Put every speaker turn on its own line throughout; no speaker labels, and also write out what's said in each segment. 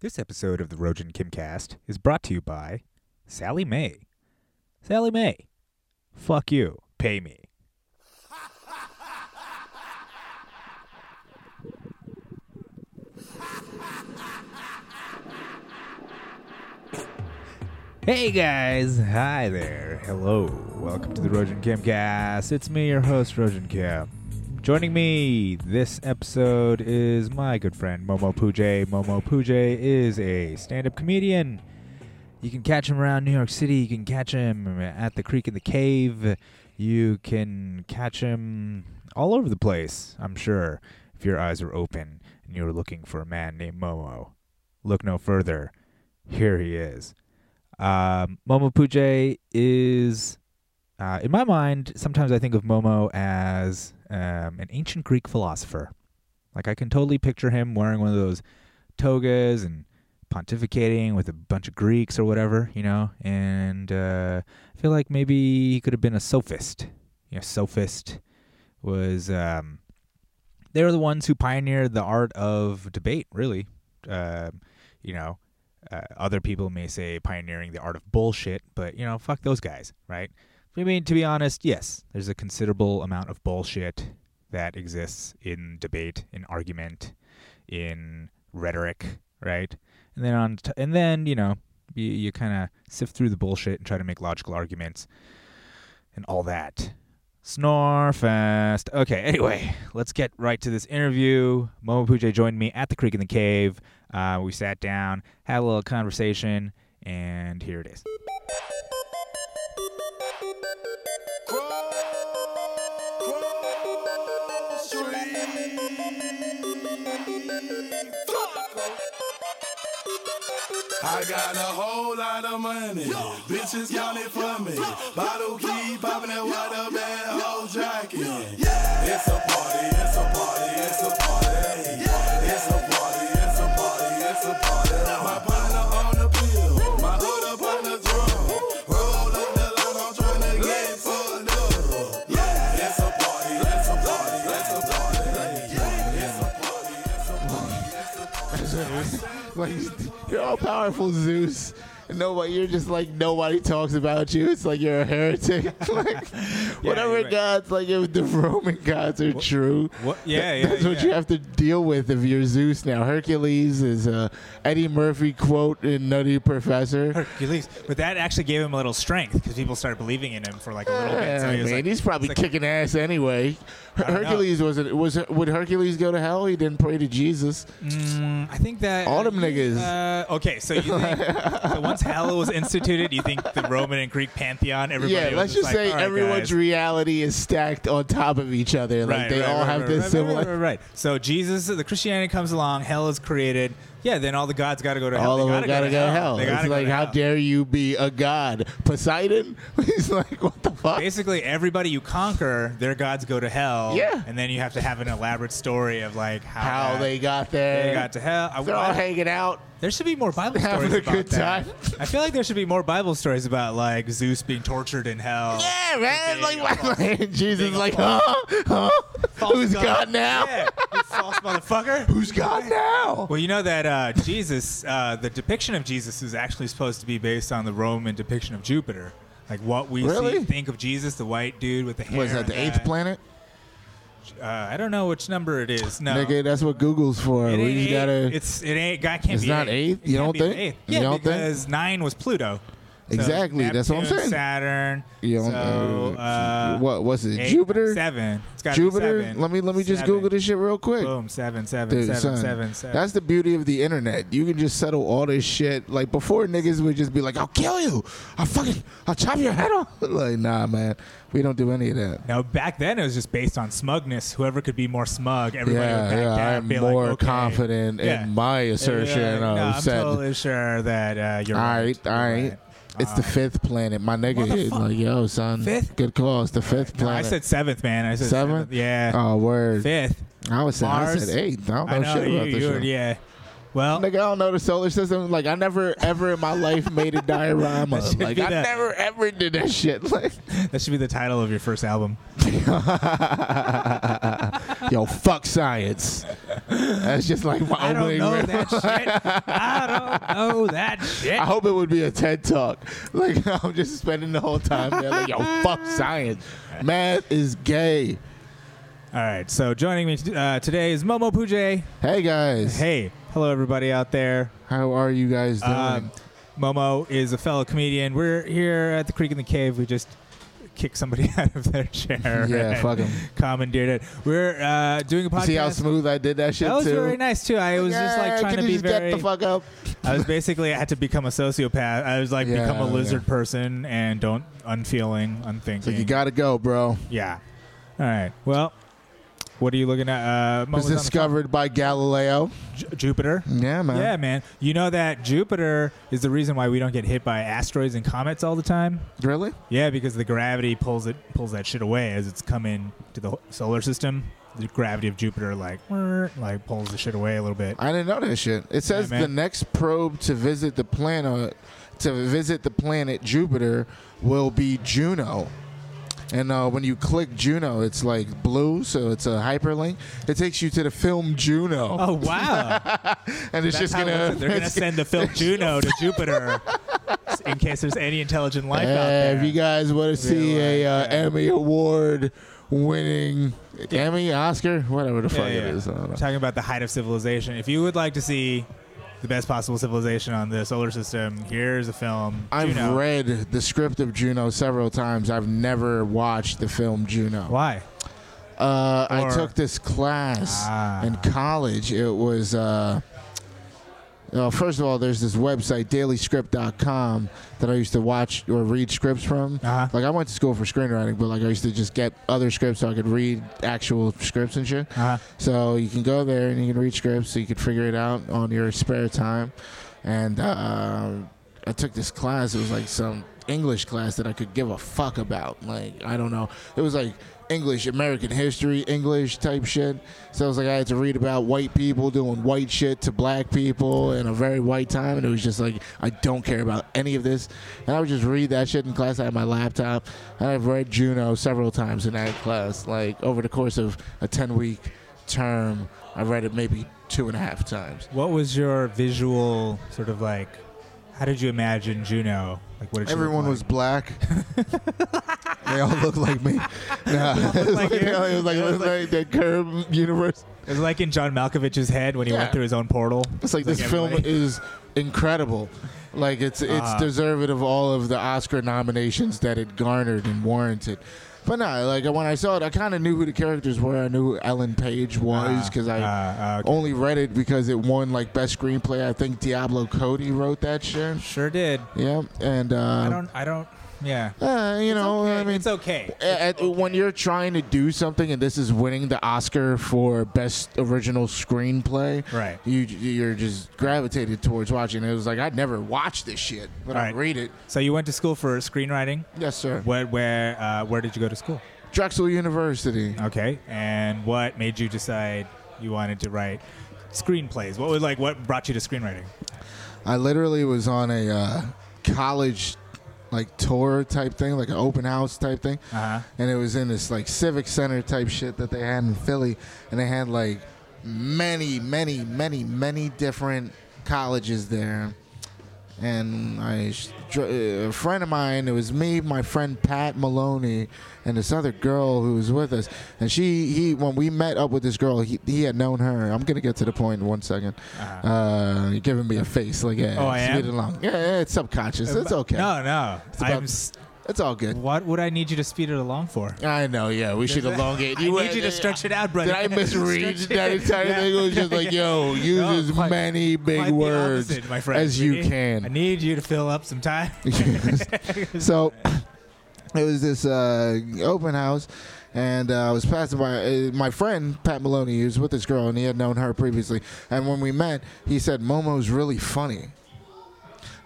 This episode of the Rojan Kimcast is brought to you by Sally May. Sally May, fuck you, pay me. Hey guys, hi there, hello, welcome to the Rojan Kimcast. It's me, your host, Rojan Kim. Joining me this episode is my good friend Momo Pujay. Momo Pujay is a stand-up comedian. You can catch him around New York City. You can catch him at the Creek in the Cave. You can catch him all over the place, I'm sure, if your eyes are open and you're looking for a man named Momo. Look no further. Here he is. Um, Momo Pujay is, uh, in my mind, sometimes I think of Momo as um, an ancient Greek philosopher. Like I can totally picture him wearing one of those togas and pontificating with a bunch of Greeks or whatever, you know. And uh, I feel like maybe he could have been a sophist. You know, sophist was um, they were the ones who pioneered the art of debate, really. Um, you know, uh, other people may say pioneering the art of bullshit, but you know, fuck those guys, right? I mean, to be honest, yes, there's a considerable amount of bullshit that exists in debate, in argument, in rhetoric, right? And then on, t- and then you know, you, you kind of sift through the bullshit and try to make logical arguments, and all that. Snore fast. Okay, anyway, let's get right to this interview. Momo Pujay joined me at the creek in the cave. Uh, we sat down, had a little conversation, and here it is.
I got a whole lot of money. Bitches counting for me. Bottle keep popping that water bad whole jacket. It's a party, it's a party, it's a party. It's a party, it's a party, it's a party. My partner on the pill, my other partner drunk. Roll up the line, I'm trying to get fucked up. It's a party, it's a party, it's a party. It's a party, it's a party, it's a party.
Zeus. like you're all powerful Zeus. And nobody, you're just like nobody talks about you. It's like you're a heretic. like whatever
you're right.
gods, like if the Roman gods are true,
what- yeah,
tha-
yeah,
that's what
yeah.
you have to deal with if you're Zeus now. Hercules is a Eddie Murphy quote in Nutty Professor.
Hercules. But that actually gave him a little strength because people started believing in him for like a little bit. So
Yeah,
he was
man,
like,
he's probably
it's like-
kicking ass anyway. Her-
I don't know.
Hercules wasn't was would Hercules go to hell? He didn't pray to Jesus.
mm, I think that
All them niggas.
Uh, okay, so you think so once hell was instituted, you think the Roman and Greek pantheon, everybody.
Yeah,
was
let's just
just like,
say
"All right,
everyone's
guys."
reality is stacked on top of each other. Like
Right,
they
right,
all
right,
have
right,
this
right,
similar.
Right, right, right. So Jesus, the Christianity comes along, hell is created. Yeah, then all the gods got to go to hell.
All
They
of them
gotta
gotta go to hell.
They gotta
It's
go
like,
to
how
hell.
dare you be a god, Poseidon? He's like, what the fuck?
Basically, everybody you conquer, their gods go to hell.
Yeah.
and then you have to have an elaborate story of like how,
How
that-
they got there?
they got to hell. I-
They're all hanging out.
There should be more Bible
Having
stories
a
about
good
that.
time.
I feel like there should be more Bible stories about like Zeus being tortured in hell.
Yeah, man.
Being
Like,
a
why-
false-
like Jesus,
being
is
a
like, huh?
false-
Huh?
false
Who's God now?
Yeah, you false motherfucker.
Who's God now?
Well, you know that uh, Jesus, uh, the depiction of Jesus is actually supposed to be based on the Roman depiction of Jupiter. Like what we see,
Really?
think of Jesus, the white dude with the hair.
Was that the
and
eighth planet?
Uh, I don't know which number it is. No,
Nigga, that's what Google's for.
It
we
ain't
just
eight.
gotta.
It's it ain't. God can't
It's
be.
not
eight.
eight?
It
You
can't
don't
be the
think?
eighth.
You
Yeah,
don't think?
because nine was Pluto. So
Exactly, that's what I'm
Neptune,
saying.
Saturn.
You don't-
so, uh,
what was it?
eight,
Jupiter.
Seven. It's gotta be
Jupiter.
seven.
Let me let me just
Seven.
Google this shit real quick.
Boom. Seven. Seven.
Dude,
seven,
son,
seven, seven.
That's the beauty of the internet. You can just settle all this shit. Like before, niggas would just be like, "I'll kill you. I'll fucking, I'll chop your head off." like, nah, man, we don't do any of that.
Now back then it was just based on smugness. Whoever could be more smug, everybody would
yeah,
back
yeah,
down.
I'm
and be
more
like, okay.
confident
Yeah.
in my
They'd be
assertion
like,
of
no, I'm
said.
totally sure that uh, you're
all
right.
right, all
You're
right. It's the fifth planet. My nigga hit
Motherfuck-
like, yo, son.
Fifth?
Good call. It's the fifth
No, I
planet.
said seventh, man. I said
seventh.
Yeah.
Oh, word.
Fifth.
I was saying, I
Mars.
said eighth. I don't know,
I know
Oh, shit about
you,
this
you
shit.
yeah. Well,
Nigga, I don't know the solar system. Like, I never ever in my life made a diorama.
should
Like,
be
I
the-
never ever did that shit. Like,
that should be the title of your first album.
yo, fuck science. That's just like my
I don't
opening.
know
riff.
that shit. I don't know that shit.
I hope it would be a TED talk. Like I'm just spending the whole time there. Like yo, fuck science. Math is gay.
All right, so joining me t- uh, today is Momo Pujay.
Hey guys,
Hey, hello everybody out there.
how are you guys doing?
Um, Momo is a fellow comedian. We're here at the Creek in the Cave. We just kicked somebody out of their chair.
Yeah,
and
fuck 'em.
Commandeered it. We're uh, doing a podcast.
See how smooth I did that shit
that was
too.
very nice too. I was just
Yeah,
like trying
can
to
you
be
just
very.
get the fuck up.
I was basically I had to become a sociopath. I was like
Yeah,
become a
yeah.
lizard person and don't unfeeling, unthinking.
So you gotta go, bro.
yeah. All right. Well, what are you looking at? Uh, Momo's
Was
on the
discovered by Galileo.
phone. Ju- Jupiter.
Yeah, man.
Yeah, man. You know that Jupiter is the reason why we don't get hit by asteroids and comets all the time.
Really?
Yeah, because the gravity pulls it pulls that shit away as it's coming to the solar system. The gravity of Jupiter like like pulls the shit away a little bit.
I didn't know that shit. It says
man.
the next probe to visit the planet to visit the planet Jupiter will be Juno. And uh, when you click Juno, it's like blue, so it's a hyperlink. It takes you to the film Juno,
Oh wow!
and
That's
it's just
how it
gonna.
looks. they're gonna send the film Juno to Jupiter in case there's any intelligent life out
Hey,
there.
if you guys want to see a uh,
like, yeah.
Emmy award winning Emmy Oscar, whatever the
Yeah,
fuck
yeah,
it uh,
yeah.
is, I don't
We're
know.
talking about the height of civilization. If you would like to see the best possible civilization on the solar system, here's a film.
I've
Juno.
read the script of Juno several times. I've never watched the film Juno.
Why?
Uh, I
Or-
took this class
Ah.
in college. It was. Uh, uh, first of all, there's this website, dailyscript.com, that I used to watch or read scripts from.
Uh-huh.
Like, I went to school for screenwriting, but, like, I used to just get other scripts so I could read actual scripts and shit.
Uh-huh.
So you can go there and you can read scripts so you can figure it out on your spare time. And uh, I took this class. It was like some English class that I could give a fuck about. Like, I don't know. It was like English, American history, English type shit. So it was like I had to read about white people doing white shit to black people in a very white time. And it was just like, I don't care about any of this. And I would just read that shit in class. I had my laptop. And I've read Juno several times in that class, like over the course of a 10 week term. I read it maybe two and a half times.
What was your visual sort of like? How did you imagine Juno? Like what did she look
Everyone
like?
was black. they all looked like me. Nah, it was
like
like,
you.
it was like,
It
it
was
was like that Curb universe.
It was like in John Malkovich's head when he
Yeah.
went through his own portal.
It's like this film
everybody-
is incredible. Like it's it's
Uh-huh.
deserving of all of the Oscar nominations that it garnered and warranted. But no, like when I saw it, I kind of knew who the characters were. I knew who Ellen Page was
Ah,
because I Oh.
ah, okay.
only read it because it won like best screenplay. I think Diablo Cody wrote that shit.
sure did.
Yeah, and uh,
I don't. I don't. Yeah.
uh, you know,
okay.
I mean,
it's okay.
at, when you're trying to do something and this is winning the Oscar for best original screenplay,
Right.
You you're just gravitated towards watching. It It was like I'd never watch this shit, but I
Right.
read it.
So you went to school for screenwriting.
Yes, sir.
Where where uh, where did you go to school?
Drexel University.
Okay. And what made you decide you wanted to write screenplays? What was like what brought you to screenwriting?
I literally was on a uh, college like tour type thing, like an open house type thing.
Uh-huh.
and it was in this like civic center type shit that they had in Philly, and they had like many, many, many, many different colleges there. And I, sh- dr- uh, a friend of mine, it was me, my friend Pat Maloney, and this other girl who was with us. And she, he, when we met up with this girl, he, he had known her. I'm gonna get to the point in one second.
Uh-huh.
Uh, you're giving me a face like, yeah,
Oh, I
just
am? Uh,
get along. Yeah, yeah, it's subconscious. It's okay.
No, no.
about-
I'm. s-
It's all good.
What would I need you to speed it along for?
I know. Yeah, we should elongate.
I need you to stretch it out, brother.
Did I misread
Stretch
that
it.
entire
Yeah.
thing? It was just like, yo, use
No,
as
quite-
many big
Quite the
words
opposite, my friend.
as
We
you
need- I
can.
need you to fill up some time.
so it was this uh, open house, and uh, I was passing by uh, my friend Pat Maloney. He was with this girl, and he had known her previously. And when we met, he said, "Momo's really funny."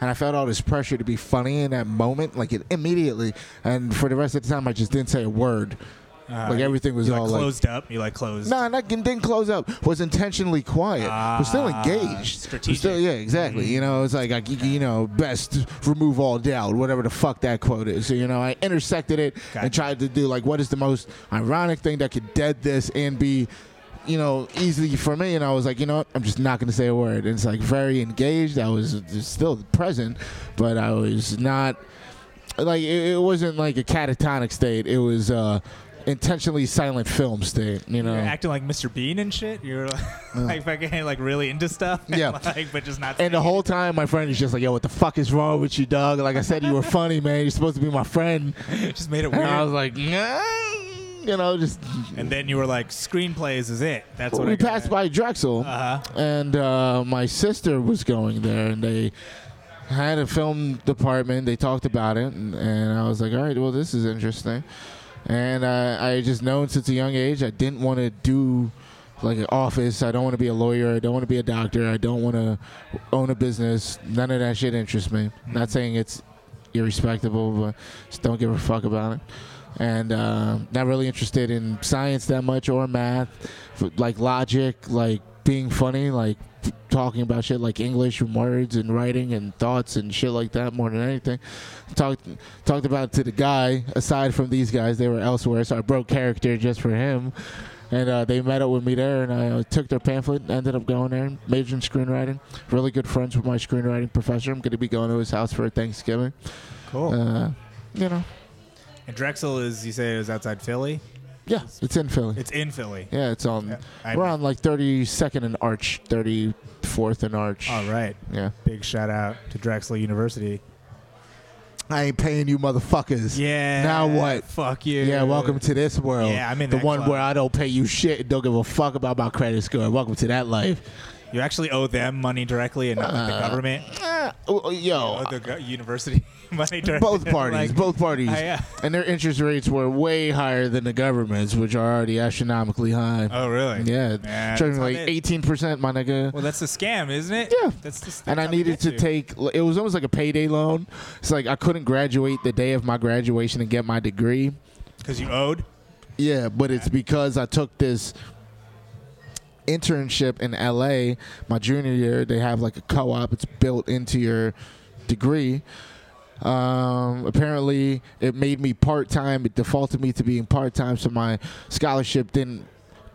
And I felt all this pressure to be funny in that moment, like it immediately. And for the rest of the time, I just didn't say a word.
Uh,
like everything was
you like
all like
closed up. You like closed.
No, not didn't close up. Was intentionally quiet. was still
Ah,
engaged. Was
strategic. Mm-hmm.
still- yeah, exactly. You know, it's like I, you know, best remove all doubt, whatever the fuck that quote is. So you know, I intersected it
Gotcha.
and tried to do like what is the most ironic thing that could dead this and be you know, easily for me. And I was like, you know what? I'm just not going to say a word. And it's like very engaged. I was just still present, but I was not like it, it wasn't like a catatonic state. It was uh, intentionally silent film state. You know.
You're acting like Mr. Bean and shit. You're like, like fucking like really into stuff. and,
Yeah.
like, but just not.
And uh, the
saying
whole time, my friend is just like, "Yo, what the fuck is wrong with you, Doug? Like I said, you were funny, man. You're supposed to be my friend."
it. just made it
And I
weird.
was like, "Nah," you know, just
And then you were like, screenplays is it. That's what
we
I got
passed
at.
by Drexel,
Uh-huh.
and uh, my sister was going there, and they had a film department. They talked about it, and, and I was like, "All right, well, this is interesting." And uh, I just known since a young age I didn't want to do like an office. I don't want to be a lawyer. I don't want to be a doctor. I don't want to own a business. None of that shit interests me. Not saying it's irrespectable, but just don't give a fuck about it. And uh, not really interested in science that much or math, F- like logic, like being funny, like f- talking about shit like English and words and writing and thoughts and shit like that more than anything. Talked talked about it to the guy. Aside from these guys, they were elsewhere, so I broke character just for him. And uh, they met up with me there, and I uh, took their pamphlet. Ended up going there, majored in screenwriting. Really good friends with my screenwriting professor. I'm going to be going to his house for Thanksgiving.
Cool.
Uh, you know,
and Drexel is you say it was outside Philly.
yeah, it's in Philly.
It's in Philly.
yeah, it's on.
Yeah, I-
we're on like 32nd and Arch, 34th and Arch.
All right.
Yeah.
Big shout out to Drexel University.
I ain't paying you, motherfuckers.
Yeah.
Now what?
Fuck you.
Yeah, welcome to this world.
Yeah, I'm in
the
that
one
club.
where I don't pay you shit and don't give a fuck about my credit score. Welcome to that life.
You actually owe them money directly and not like the
Uh,
government.
Ah, oh, oh,
Owe
yo,
the go- university money directly.
both parties,
Like,
both parties,
I, uh,
and their interest rates were way higher than the government's, which are already astronomically high.
Oh really?
yeah,
that's
charging
how
like
they-
eighteen percent, my nigga.
Well, that's a scam, isn't it?
Yeah.
That's just,
and I needed to take. It was almost like a payday loan. It's like I couldn't graduate the day of my graduation and get my degree.
because you owed.
Yeah, but it's because I took this internship in LA my junior year. They have like a co-op. It's built into your degree. Um, apparently, it made me part time. It defaulted me to being part time, so my scholarship didn't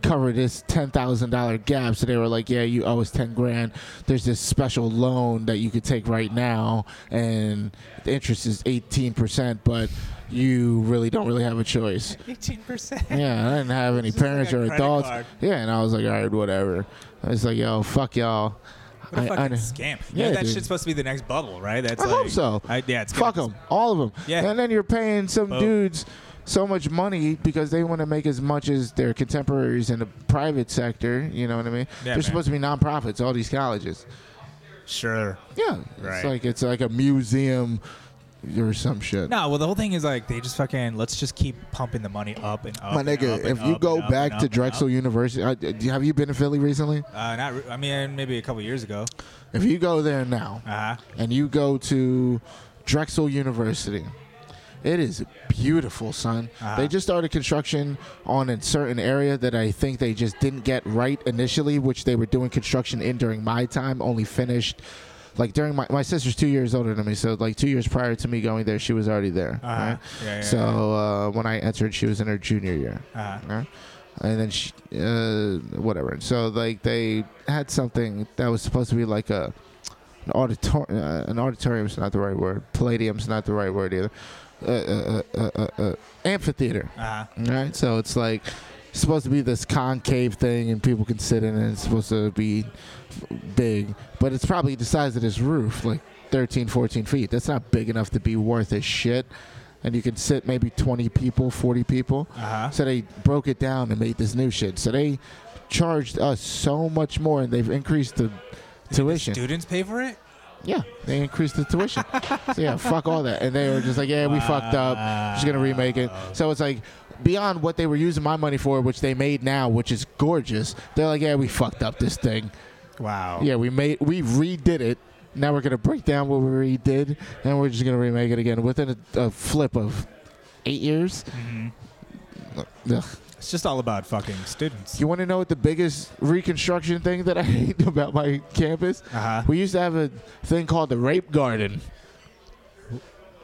cover this ten thousand dollar gap. So they were like, "Yeah, you owe us ten grand. There's this special loan that you could take right now, and the interest is eighteen percent, but you really don't really have a choice."
Eighteen percent.
Yeah, I didn't have any
It's just like
parents
a
or
credit
adults.
card.
Yeah, and I was like, all right, whatever. I was like, yo, fuck y'all.
What a
I-
fucking
I-
scam. You
Yeah,
know, that
dude.
shit's supposed to be the next bubble, right? That's
I
like,
hope so.
I, yeah, it's
Fuck
gonna-
them, all of them.
Yeah.
And then you're paying some
Boom.
dudes so much money because they want to make as much as their contemporaries in the private sector. You know what I mean?
Yeah,
They're
man.
supposed to be nonprofits, all these colleges.
Sure.
Yeah,
Right.
it's like it's like a museum or some shit.
No, well, the whole thing is like they just fucking let's just keep pumping the money up and up.
My
and up
nigga,
and
if
up
you
and
go
up and
back
up
to
and
Drexel
up.
University, I, d- have you been to Philly recently?
uh, not. Re- I mean, maybe a couple years ago.
If you go there now,
Uh huh.
and you go to Drexel University. It is beautiful, son.
Uh-huh.
They just started construction on a certain area that I think they just didn't get right initially, which they were doing construction in during my time, only finished like during my my sister's two years older than me, so like two years prior to me going there, she was already there.
Uh-huh.
right?
Yeah, yeah,
so Uh, when I entered, she was in her junior year
Uh huh.
right? and then she, uh, whatever. So like they had something that was supposed to be like a an auditorium. Uh, an auditorium's not the right word. Palladium's not the right word either. Uh, uh, uh, uh, uh, amphitheater,
Uh huh.
right? So it's like it's supposed to be this concave thing, and people can sit in it. It's supposed to be big, but it's probably the size of this roof, like 13, 14 feet. That's not big enough to be worth a shit. And you can sit maybe 20 people, 40 people.
Uh huh.
So they broke it down and made this new shit. So they charged us so much more, and they've increased the tuition.
Students pay for it.
Yeah, they increased the tuition. so yeah, fuck all that. And they were just like, yeah, we fucked up. Just gonna remake it. So it's like beyond what they were using my money for, which they made now, which is gorgeous. They're like, yeah, we fucked up this thing.
Wow.
Yeah, we made we redid it. Now we're gonna break down what we redid, and we're just gonna remake it again within a, a flip of eight years.
Mhm.
Ugh.
It's just all about fucking students.
You want to know what the biggest reconstruction thing that I hate about my campus?
Uh huh.
We used to have a thing called the rape garden.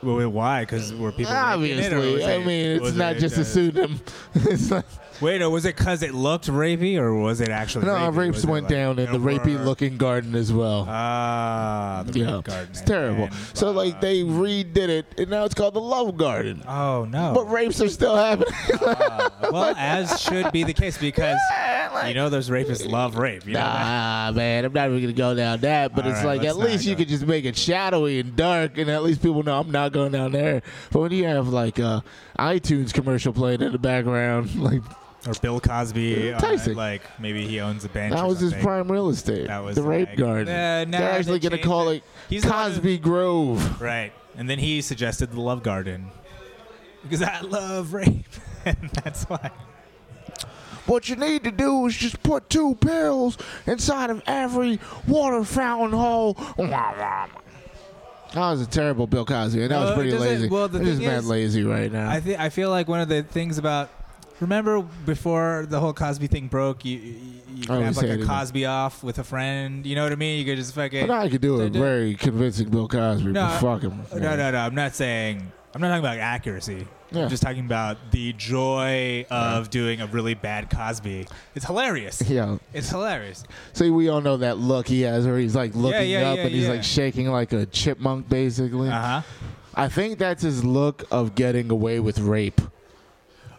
Well, wait, why? Because were people raping it, or
Obviously,
was
I
it-
mean, it's
was
not
it,
just
uh,
a pseudonym. it's not,
Wait, no, was it because it looked rapey or was it actually?
No,
rapey?
rapes
Was it
went
like-
down in
There
the rapey
were-
looking garden as well.
Ah, the
yeah,
rape garden.
it's terrible.
And,
so
uh,
like they redid it, and now it's called the Love Garden.
oh no.
But rapes are still happening.
well, as should be the case because you know those rapists love rape. You know that?
Nah, man, I'm not even gonna go down that. But
All
it's
right,
like
let's
at
not
least you
go.
could just make it shadowy and dark, and at least people know I'm not going down there. But when you have like a iTunes commercial playing in the background, like
Or Bill Cosby. uh,
Tyson.
like maybe he owns a bench.
that
or
was his
something.
prime real estate.
That was
the rape
like-
garden.
Uh, nah,
They're actually
they
gonna
changed
call
it.
it
He's the one who-
Cosby Grove.
Right. And then he suggested the Love Garden. Because I love rape. and that's why.
What you need to do is just put two pills inside of every water fountain hole. That was a terrible Bill Cosby, and that was
Well, Uh, it
pretty
doesn't-
lazy.
well, the
I'm just
thing
mad
is-
lazy right now.
I think I feel like one of the things about remember before the whole Cosby thing broke, you you, you
Oh,
could
we
have
say it
like a
again.
Cosby off with a friend. You know what I mean? You could just fucking
But I could do a
do-
very convincing Bill Cosby.
No,
but fuck him.
No, no, no. I'm not saying. I'm not talking about accuracy.
Yeah.
I'm just talking about the joy of doing a really bad Cosby. It's hilarious.
Yeah.
It's hilarious.
See, we all know that look he has where he's like looking
yeah,
up
yeah,
and he's
yeah.
like shaking like a chipmunk, basically.
Uh huh.
I think that's his look of getting away with rape.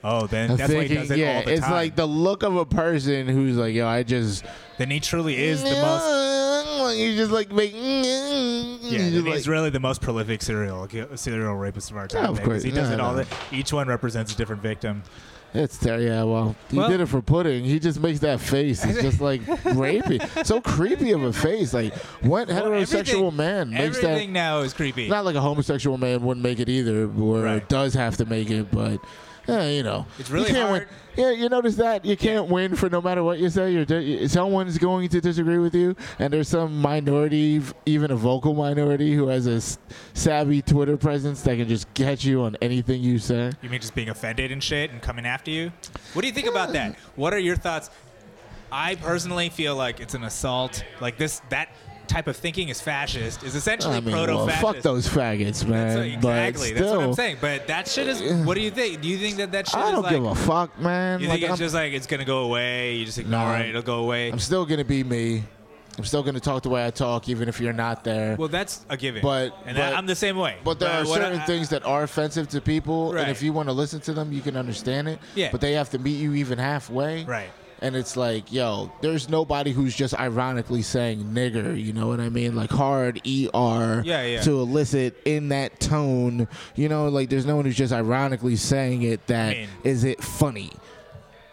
Oh, then
I'm
that's why he
thinking-
does it
yeah,
all the
it's
time.
like the look of a person who's like, yo, I just.
then he truly is the most.
He's just like making.
Yeah,
Yeah,
then he's really the most prolific serial ki- serial rapist of our time.
Yeah, of
man, 'cause
course.
He does
No,
it all.
no.
The, each one represents a different victim.
It's ter- yeah. Well, he
Well-
did it for pudding. He just makes that face. It's just like rapey. So creepy of a face. Like what
Well,
heterosexual
everything-
man makes that?
Everything now is creepy.
Not like a homosexual man wouldn't make it either, or
Right.
does have to make it, but. Yeah, you know,
It's really
you can't
hard.
Win. Yeah, you notice that you can't win for no matter what you say. You're di- someone's going to disagree with you, and there's some minority, v- even a vocal minority, who has a s- savvy Twitter presence that can just catch you on anything you say.
You mean just being offended and shit and coming after you? What do you think about that? What are your thoughts? I personally feel like it's an assault. Like this, that type of thinking is fascist. Is essentially
I mean, well,
proto-fascist.
fuck those faggots, man.
So
but
exactly.
still,
That's what I'm saying. But that shit is. What do you think? Do you think that that shit
I
is
don't
like?
give a fuck, man.
you
Like,
think it's
I'm,
just like it's gonna go away? You just ignore
Nah.
it. It'll go away.
I'm still gonna be me. I'm still gonna talk the way I talk, even if you're not there.
well, that's a given.
But-
and
but-
I'm the same way.
but there are
what
certain
I-
things that are offensive to people,
Right.
and if you want to listen to them, you can understand it.
Yeah.
But they have to meet you even halfway.
Right.
And it's like, yo, there's nobody who's just ironically saying nigger, you know what I mean? Like hard ER
Yeah, yeah.
to elicit in that tone. You know, like there's no one who's just ironically saying it That is
I mean-
it funny.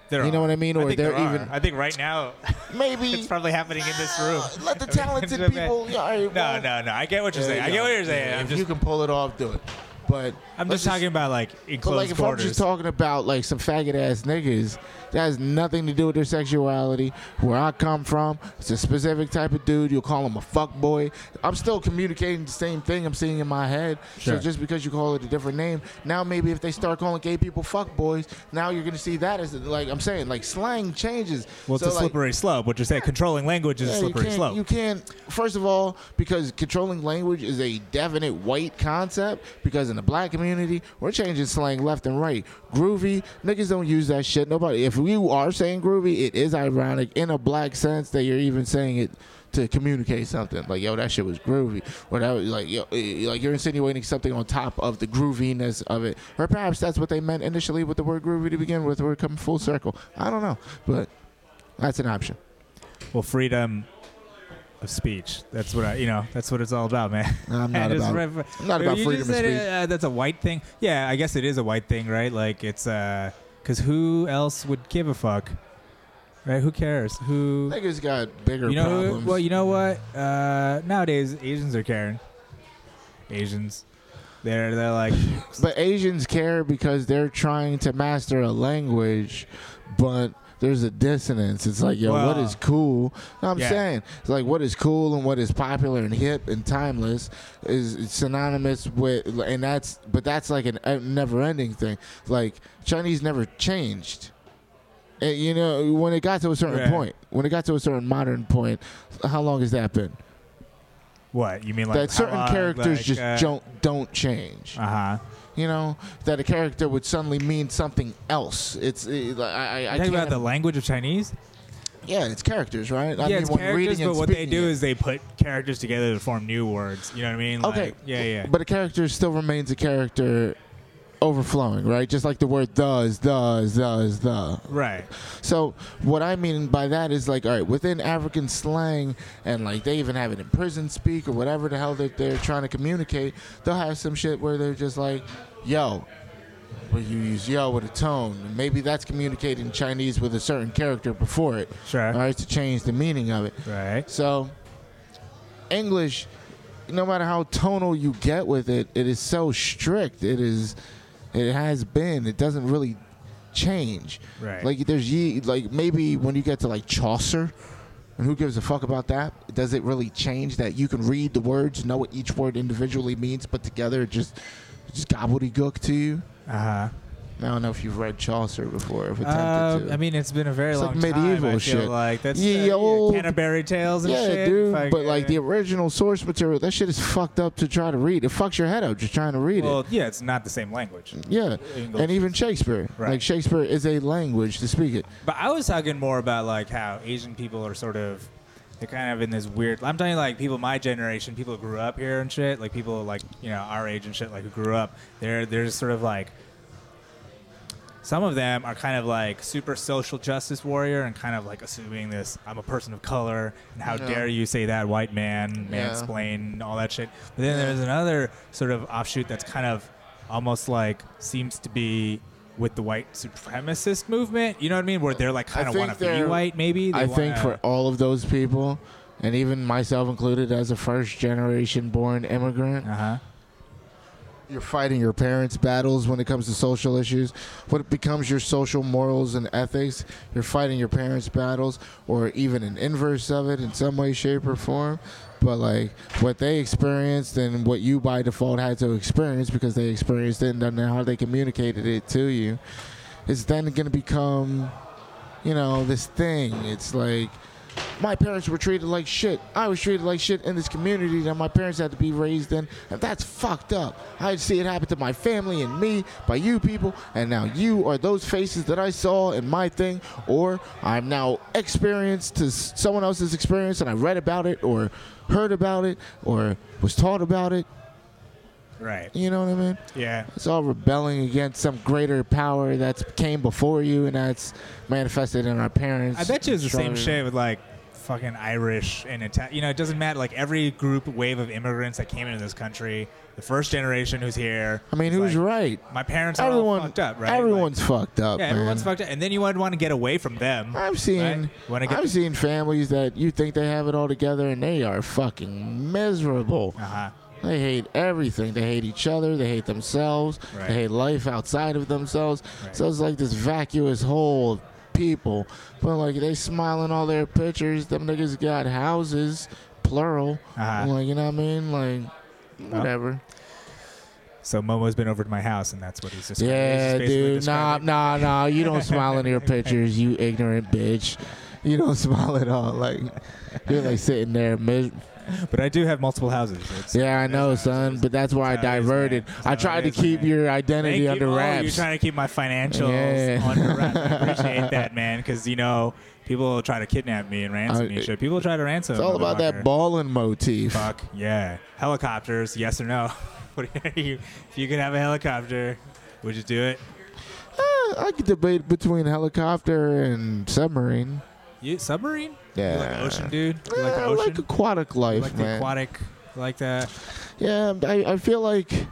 There
you know
are.
what I mean? Or
think
they're
there are.
even-
I think right now
Maybe
it's probably happening in this room.
Ah, Let the talented people. Yeah, all right,
No,
well,
no, no. I get what you're
there
saying.
you
I get
go.
what you're saying.
Yeah,
I'm
if
just,
you can pull it off, do it. But
I'm
let's
just talking about like
But
enclosed
like, if
quarters.
I'm just talking about like some faggot ass niggas, that has nothing to do with their sexuality. Where I come from, it's a specific type of dude. You'll call him a fuck boy. I'm still communicating the same thing I'm seeing in my head.
Sure.
So just because you call it a different name, now maybe if they start calling gay people fuck boys, now you're gonna see that as like I'm saying, like slang changes.
well, it's a
So, like,
slippery slope. What you're saying, controlling language is a
yeah, you
slippery
can't,
slope.
You can't. First of all, because controlling language is a definite white concept. Because in the black community, we're changing slang left and right. Groovy niggas don't use that shit. Nobody. If you are saying groovy, it is ironic in a black sense that you're even saying it to communicate something. Like yo, that shit was groovy. Or that was like yo, eh, like you're insinuating something on top of the grooviness of it. Or perhaps that's what they meant initially with the word groovy to begin with. We're coming full circle. I don't know, but that's an option.
well, freedom of speech. That's what I, you know. That's what it's all about, man.
I'm not
Just
about.
right for-
I'm not about
you
freedom
just
of
said,
speech.
uh, that's a white thing. Yeah, I guess it is a white thing, right? Like it's uh, because who else would give a fuck, right? Who cares? Who?
Niggas got bigger
You know, who-
problems.
well, you know what? Uh, nowadays, Asians are caring. Asians, they're they're like,
but Asians care because they're trying to master a language, but there's a dissonance. It's like, yo, what
Well,
is cool? No, I'm
yeah.
saying it's like what is cool and what is popular and hip and timeless is is synonymous with, and that's but that's like an a never-ending thing. Like Chinese never changed. And, you know, when it got to a certain
Right.
point, when it got to a certain modern point, how long has that been?
What you mean, like
that certain
how long,
characters
like,
just
uh,
don't don't change.
Uh huh.
you know that a character would suddenly mean something else. It's it, I, I, I
Talking
can't,
about the language of Chinese.
yeah, it's characters, right? I
yeah,
mean,
it's
when
characters,
reading and
but what they
speaking
do
it-
is they put characters together to form new words. You know what I mean? Like,
okay,
yeah, yeah.
but a character still remains a character, overflowing, right? Just like the word does, does, does, the.
right.
So what I mean by that is like, all right, within African slang, and like they even have it in prison speak or whatever the hell that they're trying to communicate. They'll have some shit where they're just like, "Yo," where you use "yo" with a tone, and maybe that's communicating Chinese with a certain character before it.
Sure.
All right, to change the meaning of it.
Right.
So English, no matter how tonal you get with it, it is so strict. It is, it has been. It doesn't really change.
Right.
Like there's ye like maybe when you get to like Chaucer, and who gives a fuck about that? Does it really change that you can read the words, know what each word individually means, but together it just just gobbledygook to you?
Uh
I don't know if you've read Chaucer before. If
huh.
attempted
Uh,
to.
I mean, it's been a very
It's
long time.
like
I
medieval
feel
shit.
like that's
Yeah,
uh,
old-
Canterbury Tales and
yeah,
shit.
dude.
Fuck,
but like
yeah.
the original source material, that shit is fucked up to try to read. It fucks your head up just trying to read
well,
it.
yeah, it's not the same language.
Yeah,
English.
and even Shakespeare.
Right.
Like Shakespeare is a language to speak it.
But I was talking more about like how Asian people are sort of they're kind of in this weird. I'm talking like people my generation, people who grew up here and shit. Like people like you know our age and shit, like who grew up. They're they're just sort of like some of them are kind of like super social justice warrior and kind of like assuming this I'm a person of color and how
Yeah.
dare you say that white man
Yeah.
mansplain all that shit. But then
Yeah.
there's another sort of offshoot that's kind of almost like seems to be with the white supremacist movement. You know what I mean? Where they're like
I
kind of
think
want to be
they're-
white, maybe. They
I think for
wanna-
all of those people, and even myself included, as a first generation born immigrant,
uh-huh.
you're fighting your parents' battles when it comes to social issues. What becomes your social morals and ethics, you're fighting your parents' battles, or even an inverse of it in some way, shape, or form. But like what they experienced and what you by default had to experience because they experienced it and then how they communicated it to you is then going to become, you know, this thing. It's like. My parents were treated like shit. I was treated like shit in this community that my parents had to be raised in, and that's fucked up. I see it happen to my family and me by you people, and now you are those faces that I saw in my thing, or I'm now experienced to s- someone else's experience, and I read about it, or heard about it, or was taught about it.
Right.
You know what I mean?
Yeah.
It's all rebelling against some greater power that's came before you, and that's manifested in our parents.
I bet you it's the same
stronger-
shit with like fucking Irish and Italian. You know, it doesn't matter. Like every group wave of immigrants that came into this country, the first generation who's here.
I mean,
is
who's
like,
right?
My parents are
everyone
all fucked up, right? Like,
Everyone's fucked up.
yeah, everyone's
man.
fucked up. And then you would want to get away from them.
I've seen
Right? Wanna get-
I've seen families that you think they have it all together and they are fucking miserable.
Uh huh.
They hate everything. They hate each other. They hate themselves.
Right.
They hate life outside of themselves.
Right.
So it's like this vacuous hole of people. But like they smile in all their pictures. Them niggas got houses, plural.
Uh-huh.
Like you know what I mean? Like whatever.
So Momo's been over to my house, and that's what he's just.
Yeah, dude. Nah, nah, nah. You don't smile in your pictures, you ignorant bitch. You don't smile at all. Like you're like sitting there. Mis-
But I do have multiple houses. It's,
yeah, I know, son. But that's why I
That's how it is,
diverted.
man. That's
I
how it
tried to
is,
keep
man.
your identity
Thank you.
under
Oh,
wraps.
you're trying to keep my financials
Yeah.
under wraps. I appreciate that, man, because you know people try to kidnap me and ransom
Uh,
me. and Shit, people try to ransom.
it's all about that
motherfucker.
balling motif.
Fuck yeah! Helicopters, yes or no? what are you, if you could have a helicopter, would you do it?
Eh, I could debate between helicopter and submarine.
You submarine? You like
Yeah,
the ocean, dude? You like
Eh,
the
I
ocean?
like aquatic
You
life,
like the
man.
aquatic? you Like that?
Yeah, I, I feel like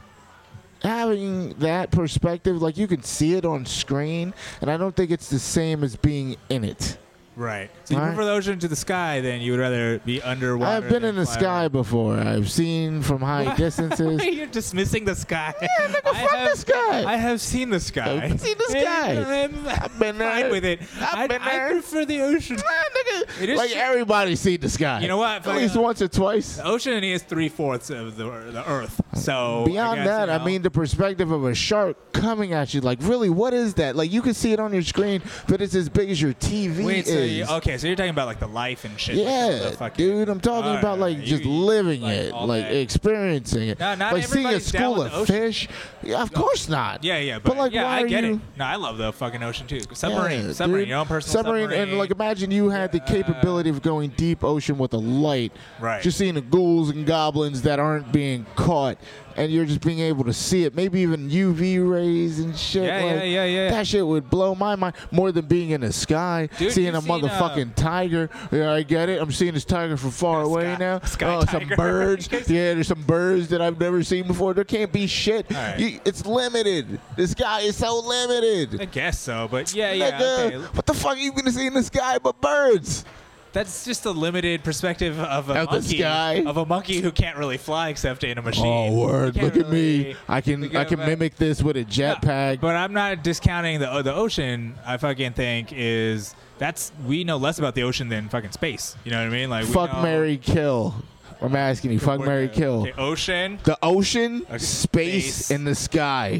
having that perspective, like you can see it on screen, and I don't think it's the same as being in it.
Right. So you
All right.
prefer the ocean to the sky, then you would rather be underwater.
I've been
than
in the
fly
sky before. I've seen from high distances.
around. You're dismissing the sky. I,
Fuck
have,
the sky.
I have seen the sky.
I've seen the
And
sky.
I'm
I've
fine
been there.
with it.
I've
I,
been
I
there.
prefer the ocean.
Ah, nigga,
It is
like
true.
everybody seen this guy.
You know what?
At least
Fuck, uh,
once or twice.
The ocean is three fourths of the, the Earth. So
Beyond
I guess,
that,
you
I
know,
mean, the perspective of a shark coming at you, like, really, what is that? Like, you can see it on your screen, but it's as big as your TV
Wait, so you,
is.
okay, so you're talking about like the life and shit.
Yeah,
The fucking-
dude, I'm talking
All
about
right,
like just
you-
living
like,
it,
all
like
day.
experiencing it,
No, not
like seeing a
everybody's down
school
with
of
the ocean.
fish. Yeah, of course not.
Yeah, yeah, but,
like,
yeah,
why
I
are
get
you?
it. No, I love the fucking ocean too. Submarine,
Yeah,
submarine,
dude.
your own personal
submarine,
submarine,
and like imagine you had the capability of going deep ocean with a light,
Right.
Just seeing the ghouls and goblins that aren't being caught, and you're just being able to see it. Maybe even UV rays and shit.
Yeah, yeah,
like,
yeah, yeah.
That shit would blow my mind more than being in the sky,
Dude,
seeing
you
a
seen, uh,
motherfucking tiger. Yeah, I get it. I'm seeing this tiger from far away
sky-
now.
sky
oh, some
tiger.
birds. yeah, there's some birds that I've never seen before. There can't be shit.
right.
You, it's limited. This guy is so limited.
I guess so, but yeah, yeah,
Nigga,
okay.
what the fuck are you gonna see in the sky but birds?
That's just a limited perspective of a
Of the
monkey,
sky.
of a monkey who can't really fly except in a machine.
Oh word!
You
Look
can't
at me.
really-
I can
look
I
at
can
that.
mimic this with a jetpack.
But I'm not discounting the the ocean. I fucking think is that's we know less about the ocean than fucking space. You know what I mean? Like we
fuck
know-
Mary Kill. I'm asking you. Fuck Mary Kill.
Okay, ocean.
The ocean,
Okay, Mm.
space,
space.
and the sky.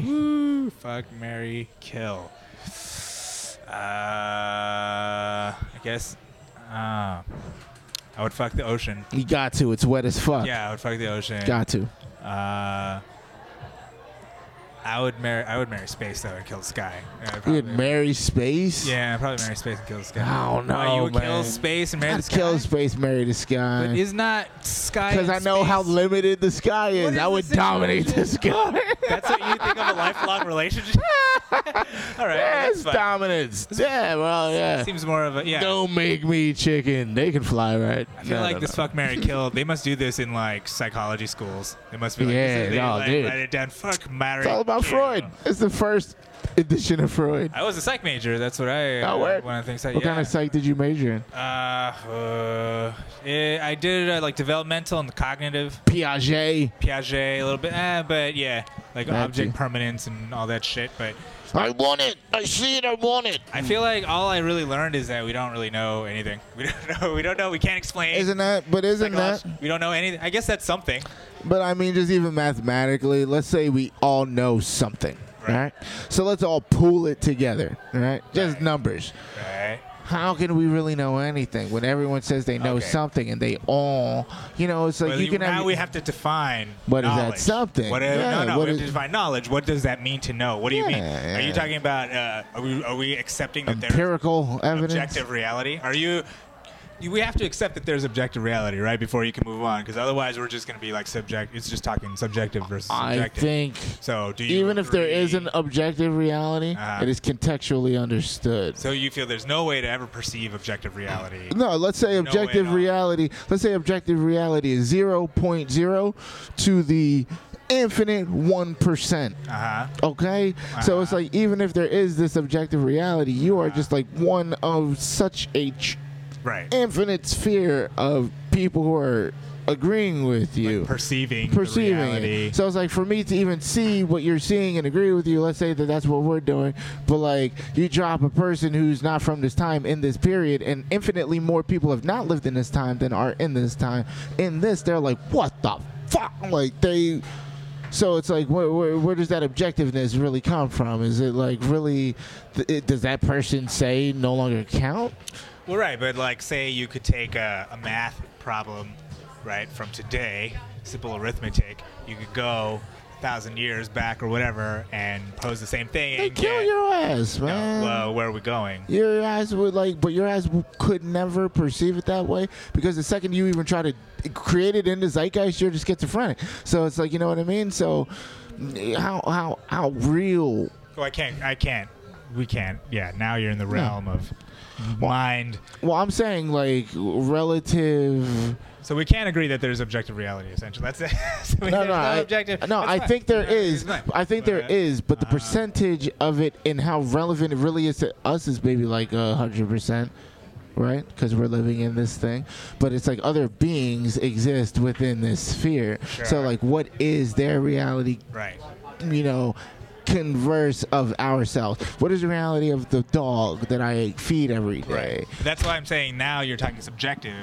Fuck Mary Kill. Uh, I guess. Uh, I would fuck the ocean.
You got to. It's wet as fuck.
Yeah, I would fuck the ocean.
Got to.
Uh, I would marry. I would marry space though and kill the sky. Yeah, I'd
You
probably-
would marry space.
Yeah, I'd probably marry space and kill the sky.
I don't
Why,
know,
you would
man.
kill space and marry the
I'd
sky.
kill space, marry the
But
sky.
is not sky.
Because
and
I know how
space-
limited the sky is.
is
I would
the
dominate the sky.
That's what you think of a lifelong relationship. All right,
Yes,
that's fine.
dominance. Yeah, well, yeah.
Seems more of a yeah.
Don't make me chicken. They can fly, right?
I feel like this fuck Mary Kill, they must do this in like psychology schools. They must be like,
Yeah,
this is- they,
no,
like,
dude.
write it down. Fuck Mary.
It's all about
Kill.
Freud. It's the first edition of Freud.
I was a psych major. That's what I.
Oh,
uh,
word.
One of the things I.
What kind
yeah.
of psych did you major in?
Uh, uh, eh, I did uh, like developmental and cognitive
Piaget.
Piaget a little bit, eh, but yeah, like
Gotcha.
object permanence and all that shit. But
I want it. I see it. I want it.
I feel like all I really learned is that we don't really know anything. We don't know. We don't know. We can't explain.
Isn't that? But isn't that?
psychology. We don't know anything. I guess that's something.
But I mean, just even mathematically, let's say we all know something, right?
Right.
So let's all pool it together, right? Just numbers.
Right.
How can we really know anything when everyone says they know
Okay.
something and they all, you know, it's like
Well,
you can
now
have.
we have to define
What is that
knowledge.
something?
What is,
Yeah,
no, no,
what
we have
is-
to define knowledge. What does that mean to know? What do you
Yeah,
mean? Are
yeah.
you talking about? Uh, are we are we accepting that there's
empirical evidence.
objective reality? Are you? you- We have to accept that there's objective reality, right, before you can move on, because otherwise we're just going to be like subject. It's just talking subjective versus
I
objective.
think
so. Do you
even if there
agree-
is an objective reality,
Uh-huh.
it is contextually understood.
so you feel there's no way to ever perceive objective reality.
No, let's say
way
objective
not.
reality. Let's say objective reality is 0.0 to the infinite 1%.
Uh huh.
Okay? So
Uh-huh.
it's like even if there is this objective reality, you are just like one of such a ch-
Right.
infinite sphere of people who are agreeing with you
Perceiving. the
perceiving
reality.
it. So it's like for me to even see what you're seeing and agree with you. Let's say that that's what we're doing, but like you drop a person who's not from this time in this period, and infinitely more people have not lived in this time than are in this time. In this, they're like, what the fuck? Like they. So it's like, where, where, where does that objectiveness really come from? Is it like really, th- it, does that person say no longer count?
Well, right, but like, say you could take a, a math problem, right, from today, simple arithmetic. You could go a thousand years back or whatever and pose the same thing.
They
and
kill
get,
your ass,
you know,
man.
well, where are we going?
Your eyes would like, but your eyes w- could never perceive it that way because the second you even try to create it in the zeitgeist, you're just schizophrenic. So it's like, you know what I mean? So how how how real?
Well, I can't. I can't. We can't. Yeah, now you're in the realm of mind.
Hmm. Well, I'm saying like relative.
So we can't agree that there's objective reality. Essentially, that's it. so we-
No,
there's
no, I,
objective.
no.
That's
I
fine.
think there
No, no,
is.
it's fine.
I think there
But,
is, but
Uh-huh.
the percentage of it and how relevant it really is to us is maybe like a hundred percent. right? Because we're living in this thing. But it's like other beings exist within this sphere. So,
Sure.
like, what is their reality,
Right.
you know, converse of ourselves. What is the reality of the dog that I feed every day?
That's why I'm saying now you're talking subjective.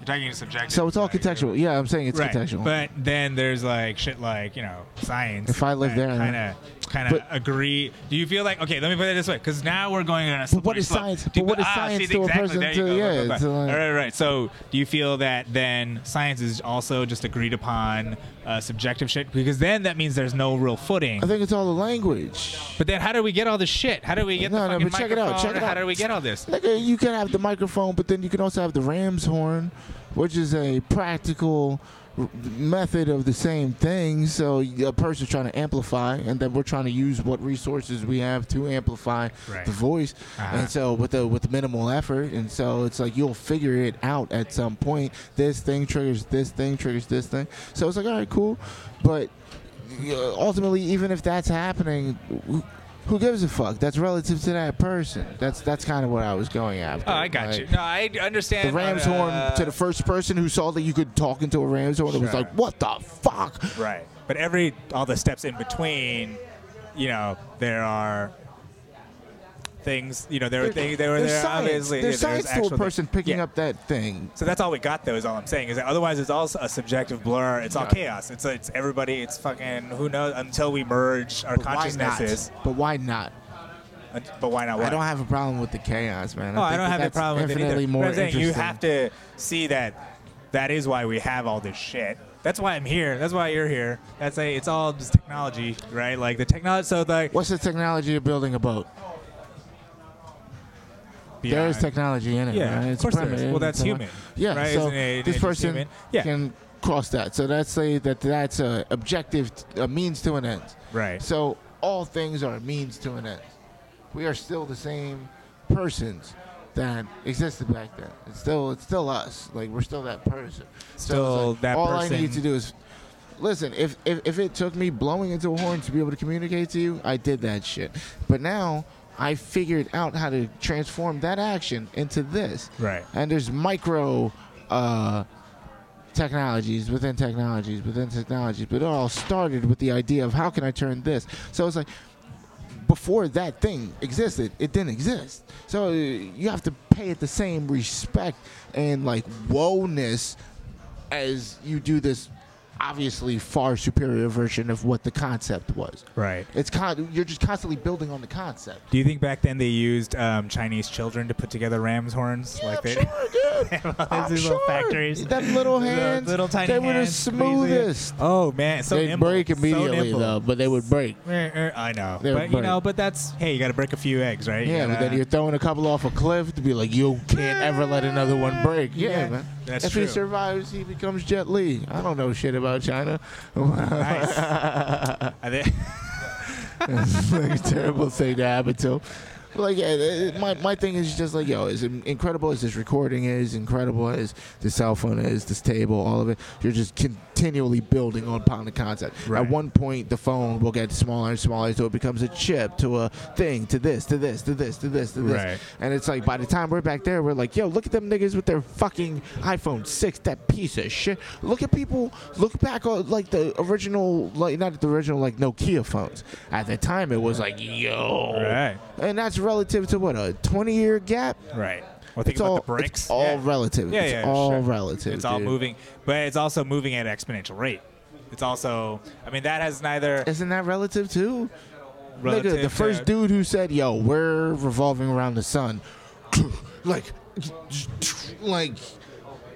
You're talking subjective.
So it's all
like,
contextual. Yeah, I'm saying it's
right.
contextual.
But then there's like shit like, you know, science.
If I live there,
kind of kind of
but-
agree. Do you feel like okay, let me put it this way cuz now we're going on a
But what
slippery
is
slope.
science-
Do
but
you-
what is
ah,
science
see,
to a
exactly,
person
there
to-
you go.
yeah,
Blah, blah,
to,
blah.
like-
All right, right. So do you feel that then science is also just agreed upon uh, subjective shit because then that means there's no real footing.
I think it's all the language.
But then how do we get all this shit? How do we get
No,
the
no,
fucking
but check it out,
microphone?
check it
How
out.
do we get all this?
Nigga, you can have the microphone, but then you can also have the ram's horn, which is a practical r- method of the same thing. So a person's trying to amplify, and then we're trying to use what resources we have to amplify
Right.
the voice.
Uh-huh.
And so with the with minimal effort, and so it's like you'll figure it out at some point. This thing triggers this thing triggers this thing. So it's like all right, cool, but uh, ultimately, even if that's happening. who- Who gives a fuck? That's relative to that person. That's that's kind of what I was going after.
Oh, I got
Like,
you. No, I understand.
The ram's
on,
horn
uh,
to the first person who saw that you could talk into a ram's horn. It was
Sure.
like, what the fuck?
Right. But every all the steps in between, you know, there are things. You know, there were things. There were
There's
there are
science.
obviously
There's
yeah,
science to
actual
a person
things.
picking
Yeah.
up that thing.
So that's all we got, though, is all I'm saying. Is that otherwise it's all a subjective blur. It's all chaos. It's it's everybody. It's fucking who knows until we merge our
But why
consciousnesses.
not? But why not?
Un- But why not? Why?
I don't have a problem with the chaos, man.
No, Oh, I,
think
don't
that
have a
that's
problem with it
infinitely
either.
More
but I'm saying you
interesting.
have to see that that is why we have all this shit. That's why I'm here. That's why you're here. That's a, it's all just technology, right? Like the technology. So like
What's the technology of building a boat? There is
beyond-
technology in it.
Yeah,
right?
of
It's
course there is.
primitive.
Well, that's
It's a-
human,
Yeah,
right?
so
Isn't it-
this
it's
person
human? Yeah.
can cross that. So that's a that that's a objective, a means to an end.
Right.
So all things are means to an end. We are still the same persons that existed back then. It's still it's still us. Like we're still that person.
Still
so it's like,
that
all I need
person.
to do is listen, if, if if it took me blowing into a horn to be able to communicate to you, I did that shit. But now I figured out how to transform that action into this.
Right.
And there's micro uh technologies within technologies within technologies but it all started with the idea of how can i turn this so it's like before that thing existed it didn't exist so uh, you have to pay it the same respect and like wowness as you do this obviously far superior version of what the concept was
Right.
it's con- you're just constantly building on the concept
Do you think back then they used um, Chinese children to put together ram's horns?
Yeah,
like
I'm
they,
sure, dude.
all
I'm
these little
sure.
factories.
That little
Those
hands,
little tiny
they were the
hands squeezing it.
smoothest.
Oh man, so
they'd
nimble,
break
so
immediately
nimble.
though but they would break
Eh, eh, I know,
They
but
would
you
break.
know, but that's hey, you got to break a few eggs, right? You
Yeah, but
gotta-
then you're throwing a couple off a cliff to be like, you can't ever let another one break. Yeah,
Yeah,
man.
that's
if he
true.
survives, he becomes Jet Li. I don't know shit about China.
Nice. I think-
it's like a terrible thing to happen to him. But, Like yeah, it- it- my my thing is just like yo, as in- incredible as this recording is, incredible as the cell phone is, this table, all of it. You're just continually building on upon the concept.
Right.
At one point, the phone will get smaller and smaller, so it becomes a chip to a thing to this to this to this to this to this.
Right.
And it's like by the time we're back there, we're like, yo, look at them niggas with their fucking iPhone six, that piece of shit. Look at people. Look back on like the original, like not the original, like Nokia phones. At the time, it was like, yo,
Right.
and that's relative to what a twenty year gap.
Right. Well, think
it's
about
all
the bricks.
It's all
yeah.
relative.
Yeah,
it's
yeah,
all
sure.
relative.
It's all
dude.
moving, but it's also moving at an exponential rate. It's also, I mean, that has neither
Isn't that relative too?
relative.
Nigga, the first dude who said, "Yo, we're revolving around the sun," like, like.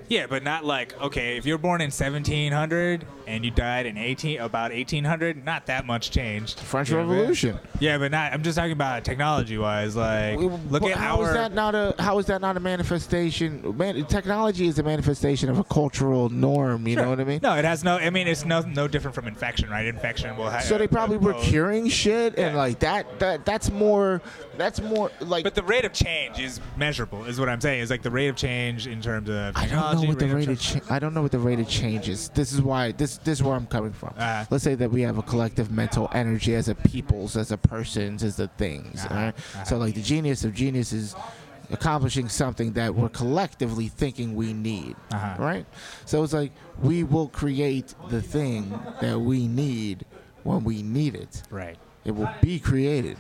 Yeah, but not like okay, if you're born in 1700 and you died in 18 about 1800, not that much changed.
French
You know what I mean?
Revolution.
Yeah, but not. I'm just talking about technology wise. Like,
Well,
look
well,
at
how
our.
is that not a how is that not a manifestation? Man, technology is a manifestation of a cultural norm. You know what I mean?
No, it has no. I mean, it's no no different from infection, right? Infection will uh, have.
So they probably were
will-
curing shit and
Yeah.
like that. That that's more. That's more like.
But the rate of change is measurable, is what I'm saying. Is like the rate of change in terms of
I don't know
technology,
what the rate of
change-
cha- I don't know what the rate of change is. This is why this this is where I'm coming from.
Uh-huh.
Let's say that we have a collective mental energy as a peoples, as a persons, as the things.
Ah,
all right? So like the genius of genius is accomplishing something that we're collectively thinking we need.
Uh-huh.
Right? So it's like we will create the thing that we need when we need it.
Right.
It will be created.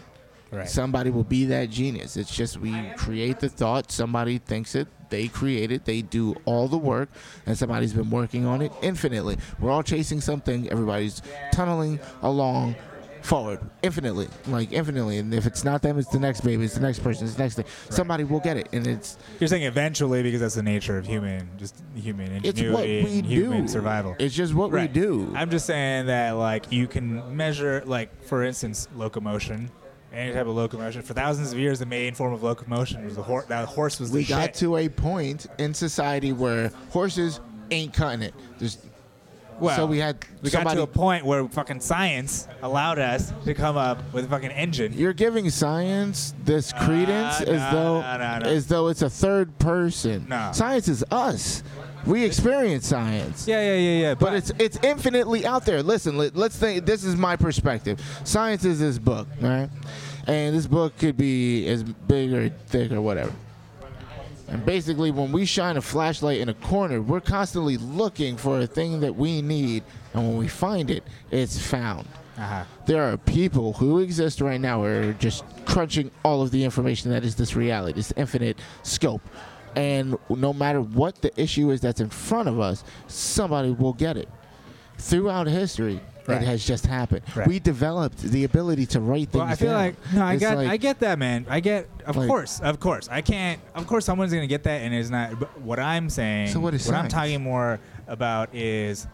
Right.
Somebody will be that genius. It's just we create the thought, somebody thinks it, they create it, they do all the work, and somebody's been working on it infinitely. We're all chasing something, everybody's tunneling along forward infinitely, like infinitely. And if it's not them, it's the next baby, it's the next person, it's the next thing. Somebody will get it, and it's
You're saying eventually because that's the nature of human, just human
it's what
ingenuity,
we
and human
do.
survival.
It's just what
Right.
we do.
I'm just saying that like you can measure like for instance locomotion, any type of locomotion. For thousands of years, the main form of locomotion was the horse. That horse was the
we got
shit.
to a point in society where horses ain't cutting it. There's
Well,
so we had
we got
somebody.
to a point where fucking science allowed us to come up with a fucking engine.
you're giving science this credence as
nah,
though
nah, nah, nah.
as though it's a third person.
Nah.
Science is us. We experience science.
Yeah, yeah, yeah, yeah.
But it's it's infinitely out there. Listen, let, let's think. This is my perspective. Science is this book, all right? And this book could be as big or thick or whatever. And basically, when we shine a flashlight in a corner, we're constantly looking for a thing that we need, and when we find it, it's found.
uh
There are people who exist right now who are just crunching all of the information that is this reality, this infinite scope. And no matter what the issue is that's in front of us, somebody will get it. Throughout history,
Right.
it has just happened.
Right.
We developed the ability to write things
Well, I feel
down.
like no, I
It's
got,
like-
I get that, man. I get, of
Like-
course, of course. I can't, of course, someone's gonna get that, and it's not. But what I'm saying,
So what is
I'm
science?
talking more about is,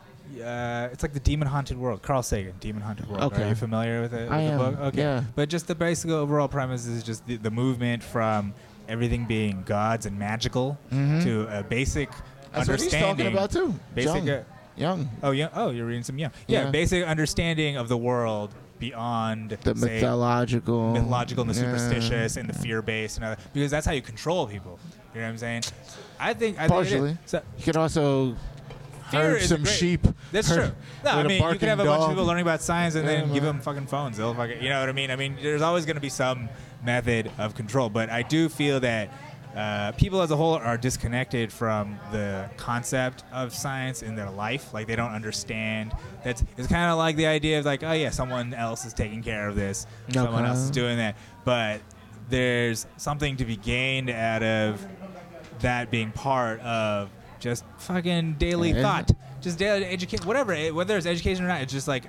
uh, it's like the demon haunted world. Carl Sagan, demon haunted world.
Okay.
Are you familiar with it?
I
with
am,
The book? Okay.
yeah.
But just the basic overall premise is just the, the movement from everything being gods and magical to a basic
Mm-hmm. That's what he's talking
understanding
about, too.
Basic.
Young.
uh,
young.
Oh yeah. Oh, you're reading some yeah. Yeah.
Yeah.
Basic understanding of the world beyond
The
say,
mythological.
mythological and the
Yeah.
superstitious and the fear based and other because that's how you control people. You know what I'm saying? I think I Think it
Partially.
is. So,
you could also
fear
herd
is a
some
great-
sheep.
That's
herd-
true. No, I
with
mean you
barking
could have a bunch
dog.
of people learning about science and
Yeah,
then give
man.
them fucking phones. They'll fucking, you know what I mean? I mean, there's always going to be some method of control, but I do feel that. Uh, people as a whole are disconnected from the concept of science in their life. Like they don't understand. That's it's kind of like the idea of like, oh yeah, someone else is taking care of this. Someone
Okay.
else is doing that. But there's something to be gained out of that being part of just fucking daily
Yeah.
thought, just daily educate, whatever, eh, whether it's education or not. It's just like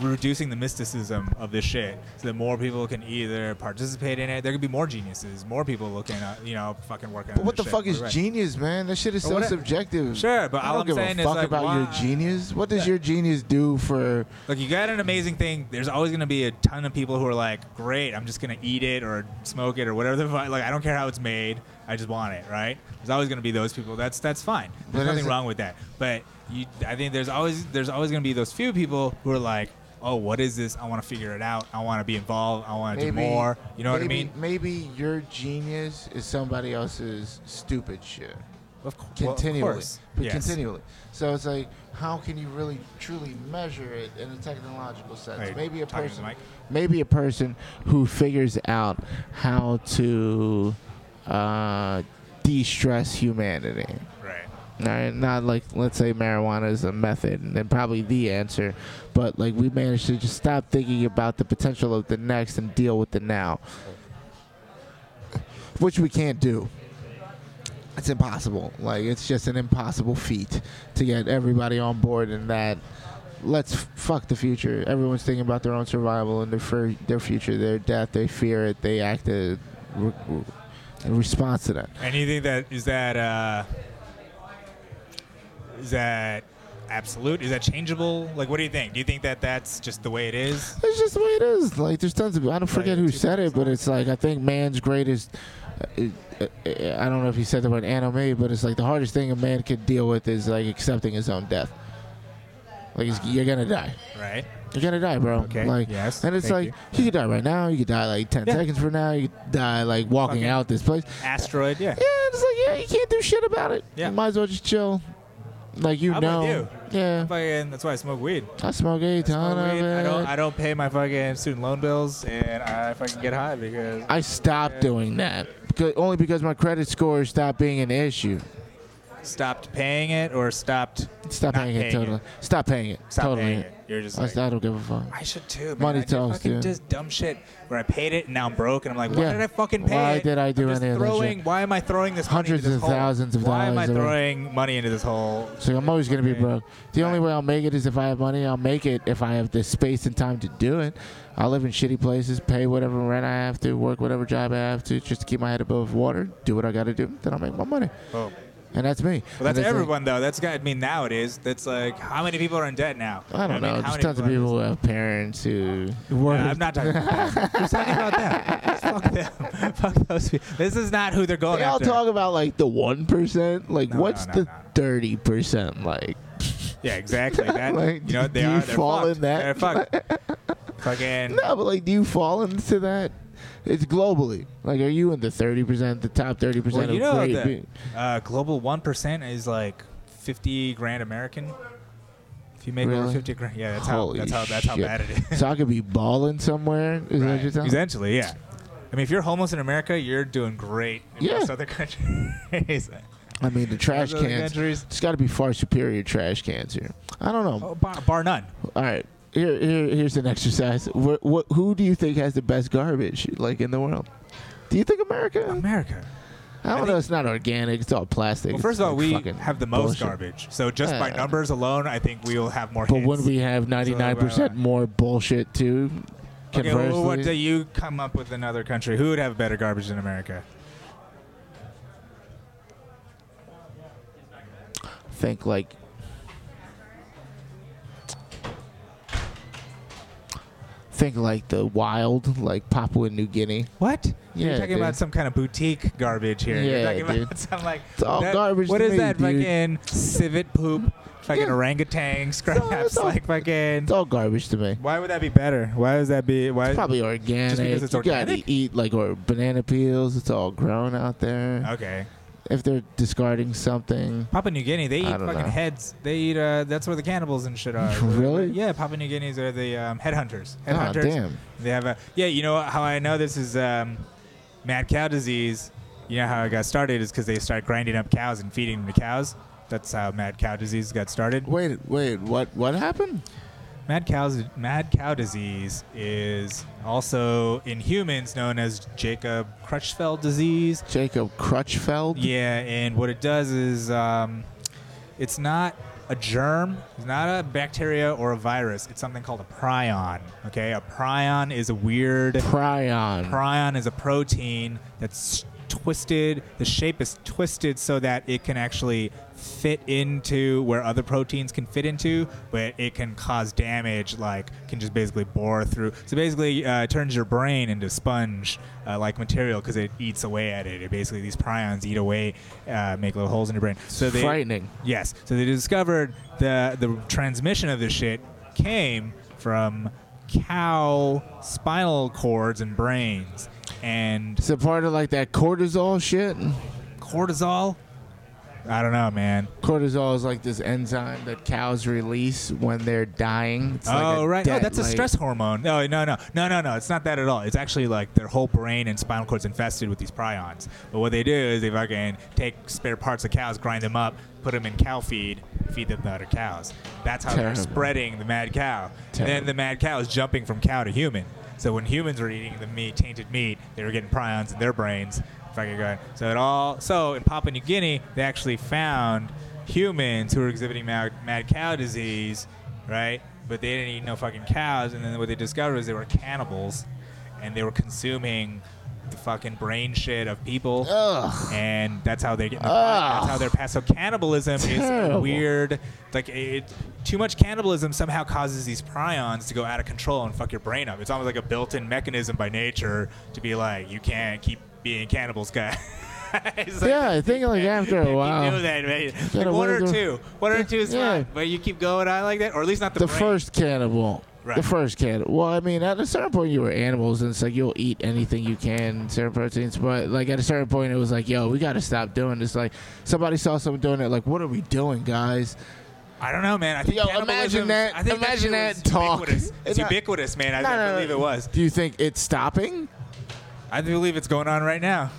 reducing the mysticism of this shit, so that more people can either participate in it. There could be more geniuses, more people looking, at, you know, fucking working.
But
on
what the
this shit.
fuck is
Right.
genius, man? That shit is so
What I-
subjective.
Sure, but
I
all
don't
I'm
give
saying
a
is,
fuck
like,
about
why-
your genius. What does
Yeah.
your genius do for?
Like you got an amazing thing. There's always gonna be a ton of people who are like, "Great, I'm just gonna eat it or smoke it or whatever the fuck. Like I don't care how it's made. I just want it." Right? There's always gonna be those people. That's that's fine. There's
But
nothing
is it-
wrong with that. But you, I think there's always there's always gonna be those few people who are like, "Oh, what is this? I want to figure it out. I want to be involved. I want to do more." You know what I
maybe-
mean?
Maybe your genius is somebody else's stupid shit.
Of, course.
Continually,
of course.
but
Yes.
continually. So it's like, how can you really truly measure it in a technological sense?
Hey,
maybe a
talking to the
person,
mic.
maybe a person who figures out how to uh, de-stress humanity.
Right.
All right, not like let's say marijuana is a method, and then probably the answer, but like we managed to just stop thinking about the potential of the next and deal with the now, which we can't do. It's impossible. Like it's just an impossible feat to get everybody on board in that. Let's f- fuck the future. Everyone's thinking about their own survival and their fur- their future, their death. They fear it. They act uh, re- re- in response to that.
And you think that is that uh, is that absolute? Is that changeable? Like, what do you think? Do you think that that's just the way it is?
It's just the way it is. Like there's tons of. I don't forget who said it, but it's like I think man's greatest. I I don't know if he said the word anime, but it's like the hardest thing a man can deal with is like accepting his own death. Like it's, you're gonna die.
Right.
You're gonna die, bro.
Okay,
Like,
yes,
And it's
thank
like you. could die right now. You could die like ten
Yeah.
seconds from now. You could die like walking
Fucking-
out this place.
Asteroid. Yeah.
Yeah, it's like yeah, you can't do shit about it.
Yeah.
You might as well just chill. Like you
I'm with
know.
you.
Yeah.
Fucking, that's why I smoke weed.
I smoke a
I,
ton
smoke
of
weed. I
it.
don't. I don't pay my fucking student loan bills, and I fucking get high because
I stopped doing that because, only because my credit score stopped being an issue.
stopped paying it or stopped
Stop
Not
paying it
paying
totally.
it.
Stop paying it.
Stop
totally.
paying it. You're just
I,
like,
I don't give a fuck.
I should too. Man.
Money
I did
talks,
fucking
dude.
just dumb shit where I paid it and now I'm broke and I'm like, why
Yeah.
did I fucking pay
Why
it?
did I do
I'm just
any of that shit?
throwing, Why am I throwing this money
Hundreds
into this
of thousands
hole?
of
Why am I
dollars away.
throwing money into this hole?
So I'm always gonna be
Okay.
broke. The only way I'll make it is if I have money. I'll make it if I have the space and time to do it. I'll live in shitty places, pay whatever rent I have to, work whatever job I have to, just to keep my head above water. Do what I got to do, then I'll make my money.
Oh.
And that's me.
Well, that's
And like-
everyone though. That's got I mean now it is. That's like how many people are in debt now?
I don't know.
mean, how
There's
many
tons of
are in
people who have parents who.
No, I'm not talking about that. I'm just talking about that. Fuck them. Fuck those people. This is not who they're going
They all
after.
talk about like the one percent. Like,
No,
what's
no, no,
the
no.
thirty percent? Like,
yeah, exactly. That,
Like,
you know, they
do you
are. They're
fall
fucked.
in that?
They're fucked. Fucking.
no, but like, do you fall into that? It's globally. Like, are you in the thirty percent, the top thirty percent
Well, you
of
know
great?
that
be-
uh, global one percent is like fifty grand American. If you make over
Really?
fifty grand, yeah, that's
Holy
how that's how that's how
shit.
bad it is.
so I could be balling somewhere. Is that what
Right.
you're telling?
Essentially, yeah. I mean, if you're homeless in America, you're doing great in
Yeah.
most other countries.
I mean, the trash
Those other
cans.
countries.
It's got to be far superior trash cans here. I don't know.
Oh, bar, bar none.
All right. Here, here, here's an exercise. What, what, who do you think has the best garbage, like in the world? Do you think America?
America.
I don't
think-
know. It's not organic. It's all plastic.
Well, first
It's
of all,
like
we
fucking
have the most
bullshit.
garbage. So just by
Uh,
numbers alone, I think we will have more.
But
hits.
when we have 99% more bullshit too,
okay,
conversely,
well, what do you come up with another country? Who would have better garbage than America?
think like think like the wild, like Papua New Guinea.
What? You're
Yeah,
talking
dude.
about some kind of boutique garbage here. You're
Yeah,
talking about
dude.
some like
It's all
that-
garbage
What
to
is
me,
that
dude.
fucking civet poop? Fucking
Yeah.
orangutan
it's
scraps,
all-
like fucking.
It's all garbage to me.
Why would that be better? Why does that be? Why?
It's probably organic.
it's
you
organic?
gotta eat like or banana peels. It's all grown out there.
Okay.
If they're discarding something,
Papua New Guinea, they eat
I
fucking
don't know.
heads. They eat. Uh, that's where the cannibals and shit are.
Really?
Yeah, Papua New Guineas are the um, headhunters.
ah,
Headhunters.
damn.
They have a yeah. You know how I know this is um, mad cow disease. You know how it got started is because they start grinding up cows and feeding them to cows. That's how mad cow disease got started.
Wait, wait. What? What happened?
Mad cows, mad cow disease is also in humans known as Jacob Crutchfeld disease.
Jacob Crutchfeld.
Yeah, and what it does is um, it's not a germ, it's not a bacteria or a virus. It's something called a prion. Okay, a prion is a weird.
Prion.
prion is a protein that's twisted the shape is twisted so that it can actually fit into where other proteins can fit into but it can cause damage like can just basically bore through so basically uh, it turns your brain into sponge uh, like material because it eats away at it it basically these prions eat away uh, make little holes in your brain so they
Frightening.
Yes. So they discovered the the transmission of this shit came from cow spinal cords and brains and
Is it part of like that cortisol shit?
cortisol. I don't know, man.
Cortisol is like this enzyme that cows release when they're dying. It's like
oh
a
right, no,
debt,
that's a
like-
stress hormone. No, no, no, no, no, no. It's not that at all. It's actually like their whole brain and spinal cords infested with these prions. But what they do is they fucking take spare parts of cows, grind them up, put them in cow feed, feed them to other cows. That's how
Terrible.
they're spreading the mad cow. And then
Terrible.
the mad cow is jumping from cow to human. So when humans were eating the meat, tainted meat, they were getting prions in their brains. Fucking good. So it all. So in Papua New Guinea, they actually found humans who were exhibiting mad, mad cow disease, right? But they didn't eat no fucking cows. And then what they discovered was they were cannibals, and they were consuming the fucking brain shit of people.
Ugh.
And that's how they get.
Ugh.
That's how they're passed. So cannibalism is
Terrible.
a weird weird- Like it, too much cannibalism somehow causes these prions to go out of control and fuck your brain up. It's almost like a built-in mechanism by nature to be like, you can't keep being cannibals, guys. It's like-
Yeah, I think like after a
you
while.
do that, man. Like
Gotta
one or
wonder-
two, one or two is
Yeah.
fine, but you keep going on like that, or at least not the,
the
brain.
first cannibal. The
Right.
first cannibal. Well, I mean, at a certain point, you were animals, and it's like you'll eat anything you can, certain proteins. But like at a certain point, it was like, yo, we gotta stop doing this. Like somebody saw someone doing it. Like, what are we doing, guys?
I don't know, man. I think
Yo,
cannibalism-
imagine that-
I think
imagine
that, shit was
that talk.
Ubiquitous.
It's
It's
not-
ubiquitous, man. I,
No,
I
no, no.
believe it was.
Do you think it's stopping?
I believe it's going on right now.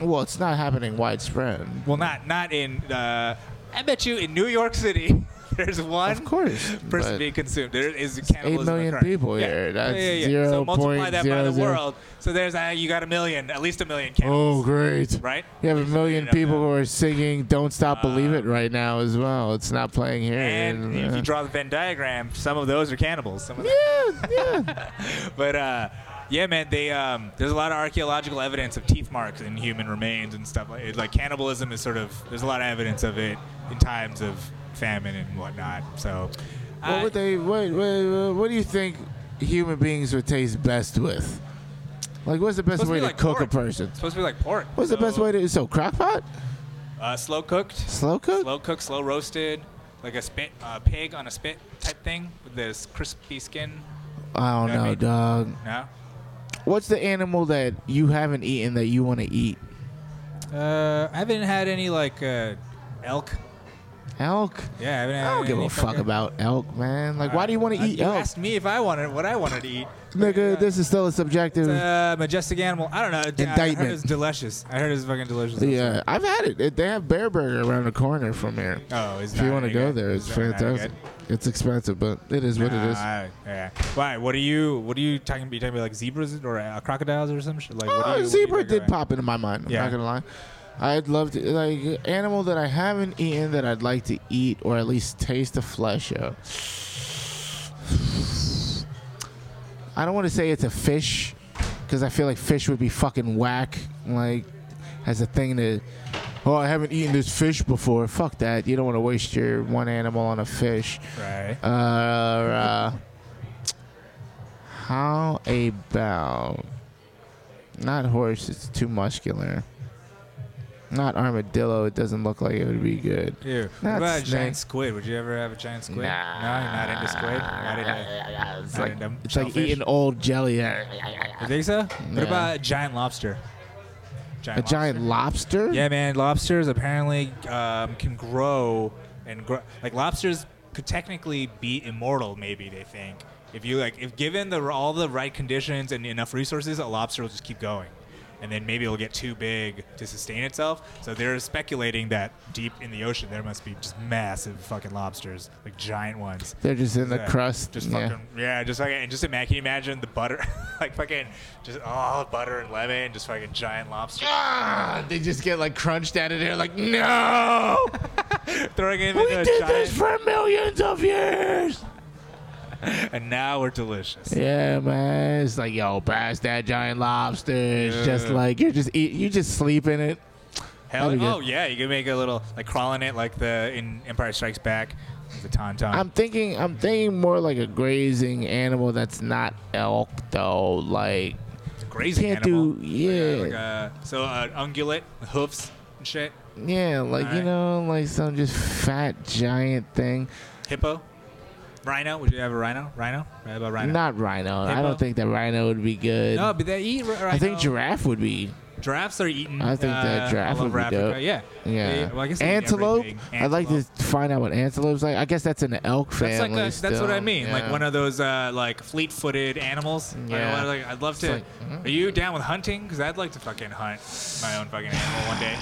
Well, it's not happening widespread.
Well, not not in uh, I bet you in New York City, there's one
Of course.
person
but
being consumed. There is
eight
cannibalism.
million
occurring.
people
yeah.
here.
Yeah,
That's
yeah, yeah.
zero
So multiply
point
that by
zero
the
zero-
world. So there's uh, you got a million, at least a million
Oh,
cannibals,
great.
right?
You have a million
up
people
now.
who are singing "Don't Stop Believe It" right now as well. It's not playing here.
And if you
uh,
draw the Venn diagram, some of those are cannibals. Some of
yeah, yeah.
but uh, yeah, man, they um, there's a lot of archaeological evidence of teeth marks in human remains and stuff like it. Like cannibalism is sort of there's a lot of evidence of it in times of famine and whatnot. So uh,
what
I-
would they? What, what, what do you think human beings would taste best with? Like, what's the best
supposed to
way
be
to
like
cook
pork.
a person?
It's supposed to be like pork.
What's the best way to? So crock pot,
Uh, slow cooked,
slow cook.
slow cooked, slow roasted, like a spit uh, pig on a spit type thing with this crispy skin.
I don't
I
know,
mean-
dog.
No.
What's the animal that you haven't eaten that you want to eat?
Uh, I haven't had any like uh, elk.
Elk.
Yeah, I haven't. Had
I don't
any
give a
fucking-
fuck about elk, man. Like, why do you want to
Uh,
eat elk,
asked me if I wanted what I wanted to eat.
nigga? This is still a subjective.
Uh, majestic animal. I don't know. I heard
Indictment.
it was delicious. I heard it was fucking delicious.
Yeah, I've had it. it. They have Bear Burger around the corner from here.
Oh, is
if you want to go there, it's fantastic. It's expensive, but it is what it is.
Uh, yeah. Why? What are you? What are you talking about? You talking about like zebras or uh, crocodiles or some shit? Like what are you,
Oh,
what are you
zebra
talking
did
about?
pop into my mind. I'm
Yeah.
not gonna lie. I'd love to like animal that I haven't eaten that I'd like to eat or at least taste the flesh of. I don't want to say it's a fish because I feel like fish would be fucking whack. Like as a thing to, oh, I haven't eaten this fish before. Fuck that. You don't want to waste your one animal on a fish.
Right.
Uh, uh, how about not horse? It's too muscular. Not armadillo. It doesn't look like it would be good.
Ew. What
Not
about a
snake.
giant squid? Would you ever have a giant squid?
Nah.
No, you're not into squid. Not into.
It's
not
like,
into
it's like
shellfish?
eating old jelly. A
You think so?
Yeah.
What about a giant lobster? Giant lobster?
giant lobster?
Yeah, man. Lobsters apparently um, can grow and grow. Like lobsters could technically be immortal. Maybe they think if you like, if given the all the right conditions and enough resources, a lobster will just keep going, and then maybe it'll get too big to sustain itself. So they're speculating that deep in the ocean there must be just massive fucking lobsters, like giant ones.
They're just in the
Yeah.
crust.
Just
yeah.
fucking yeah, just fucking and just imagine can you imagine the butter like fucking just all butter and lemon, just fucking giant lobster
Ah, they just get like crunched out of there. Like no,
throwing it
we
into a
did
giant
this for millions of years.
and now we're delicious.
Yeah, man. It's like, yo, pass that giant lobster. It's just
Yeah.
like you're just eat, you just sleep in it.
Hell
that'd be
oh
good.
yeah, you can make a little like crawling it like the in Empire Strikes Back, the tauntaun.
I'm thinking, I'm thinking more like a grazing animal that's not elk though. Like,
It's a grazing
can't
animal.
do- yeah.
Like, uh, so uh, ungulate hoofs and shit.
yeah, like you
Alright.
know, like some just fat giant thing.
Hippo, rhino. Would you have a rhino? Rhino? What about rhino?
Not rhino. I
Hippo?
don't think that rhino would be good.
no, but they eat. ri- Rhino.
I think giraffe would be.
Giraffes are eaten.
I think that
uh,
giraffe
all
would
over
be
Africa.
dope.
Yeah.
Yeah,
They- well, I guess they eat
antelope.
everything.
I'd like to
Antelope.
find out what antelope's like. I guess that's an elk family.
That's like a, that's what I
still.
mean. Like
Yeah.
one of those uh, like fleet-footed animals. I
Yeah.
wanna, like, I'd love to.
like, mm-hmm.
Are you down with hunting? Because I'd like to fucking hunt my own fucking animal one day.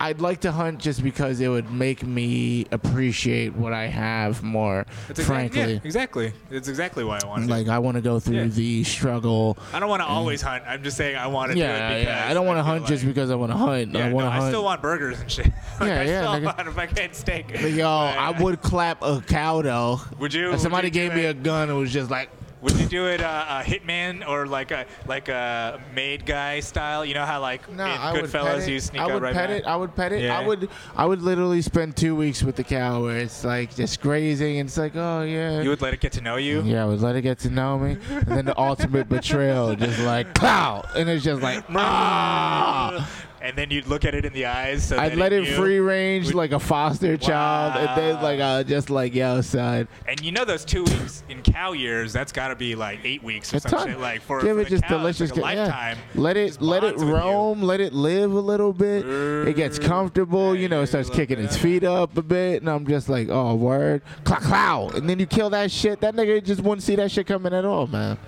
I'd like to hunt just because it would make me appreciate what I have more.
That's
frankly,
exactly, yeah, exactly. It's exactly why I want to.
like I want to go through
Yeah.
the struggle.
I don't want to always hunt. I'm just saying I want to do
Yeah,
it because
yeah. I don't want to
feel
hunt just
like-
because I want to hunt.
Yeah,
I want to
no,
hunt.
I still want burgers and shit. Like,
Yeah,
I
yeah,
still
nigga.
want a fucking steak.
But yo, I
Like,
would clap a cow though.
Would you-
If
would
somebody
you do
gave me
it?
a gun and was just like,
Would you do it uh, uh, hitman or like a like a maid guy style? You know how like
no,
in
I would
Goodfellas
pet it.
you sneak
I
out
would
right
pet
back?
it. I would pet it. I
Yeah.
would. I would literally spend two weeks with the cow where it's like just grazing and it's like, oh yeah.
You would let it get to know you.
yeah, I would let it get to know me, and then the ultimate betrayal, just like pow, and it's just like ah.
And then you'd look at it in the eyes. So
I'd
that
let it
knew.
free range
Would-
like a foster child, and then
Wow.
like I was just like, yo, son,
And you know those two weeks in cow years, that's got to be like eight weeks or
it's
some
time.
shit. Like for,
Give
for
it
the
just
cow, it's
delicious.
like a
yeah.
lifetime.
Let
just
it let it
bonds with you.
roam, let it live a little bit. it gets comfortable, you know.
Yeah,
It starts
love
kicking its
that.
feet up a bit, and I'm just like, oh word, clow, clow, and then you kill that shit. That nigga just wouldn't see that shit coming at all, man.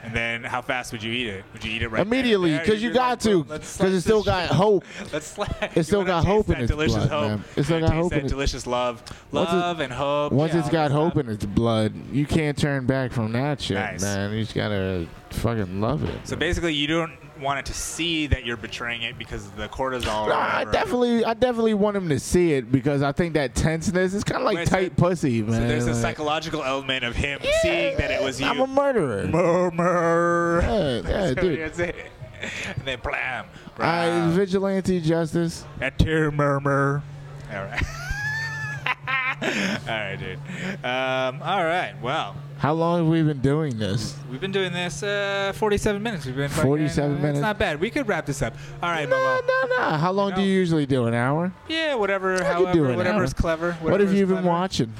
And then how fast would you eat it? Would you eat it right
Immediately,
there?
'cause you
You're
got
like,
to,
"Well, let's
'cause
slice
it
this
still
shit
got hope.
Let's slack.
It's still
You wanna
got hope
taste
in
that
its
delicious
blood,
hope.
man. It's still
You
got
wanna
hope
taste
in
that
its-
delicious love,
Once it-
love and hope.
Once
yeah,
it's
all
got
that
hope
stuff.
in its blood, you can't turn back from that shit,
Nice.
man. You just gotta fucking love it.
So basically, you don't want it to see that you're betraying it because of the cortisol. or
Nah, Ah, I
whatever.
definitely, I definitely want him to see it because I think that tenseness is kind of like
Wait, so-
tight pussy, man.
So there's a
Like,
psychological element of him seeing that it was you.
I'm a murderer.
murmur.
yeah, yeah, Oh, dude.
That's it. And then blam.
I,
blam,
vigilante justice.
That tear murmur. All right. all right, dude. Um, all right. Well,
How long have we been doing this?
we've been doing this uh, 47 minutes. We've been fucking- uh,
47 minutes.
It's not bad. We could wrap this up. All right,
No,
Momo.
no, no. How long do
know-
you usually do? An hour?
Yeah, whatever.
could do
However,
an
whatever
hour.
is clever.
what have
whatever
you
is
been
clever.
watching?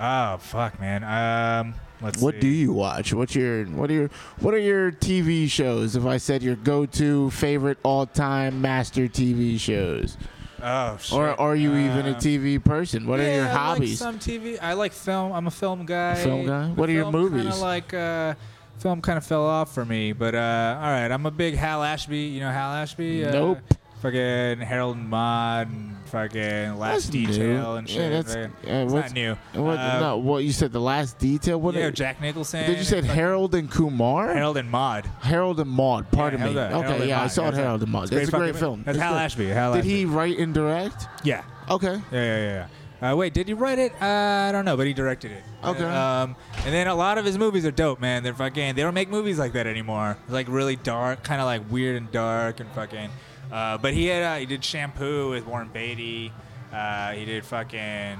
Oh fuck, man. Um, let's
What
see.
do you watch? What's your what are your what are your TV shows? If I said your go-to favorite all-time master TV shows,
Oh shit.
or are you even a
Um,
TV person? What are your
yeah,
hobbies?
I like some TV. I like film. I'm a film guy.
Film guy?
The
What are your
film
movies?
Kinda like uh, film kind of fell off for me, but uh, all right. I'm a big Hal Ashby. You know Hal Ashby? Uh,
Nope.
Fucking Harold and Maude and fucking Last
new.
Detail and
Yeah,
shit.
that's-
right?
uh,
it's
what's-
not new.
what,
Uh,
no, what you said the last detail. What
yeah,
are-
Jack Nicholson.
did you said
and
Harold and Kumar?
fucking Harold and Maude.
Harold and Maude. Pardon
Yeah,
me.
Harold-
okay,
Harold and
yeah, I
Maude.
saw
That's
Harold and Maude. That's a great
fucking-
film.
That's Hal
good.
Ashby. Hal
Did
Ashby.
he write and direct?
Yeah.
Okay.
Yeah, yeah, yeah. Uh, wait, did he write it? Uh, I don't know, but he directed it.
Okay.
Um, and then a lot of his movies are dope, man. They're fucking. They don't make movies like that anymore. Like really dark, kind of like weird and dark and fucking. Uh, but he had uh, he did Shampoo with Warren Beatty. Uh, he did fucking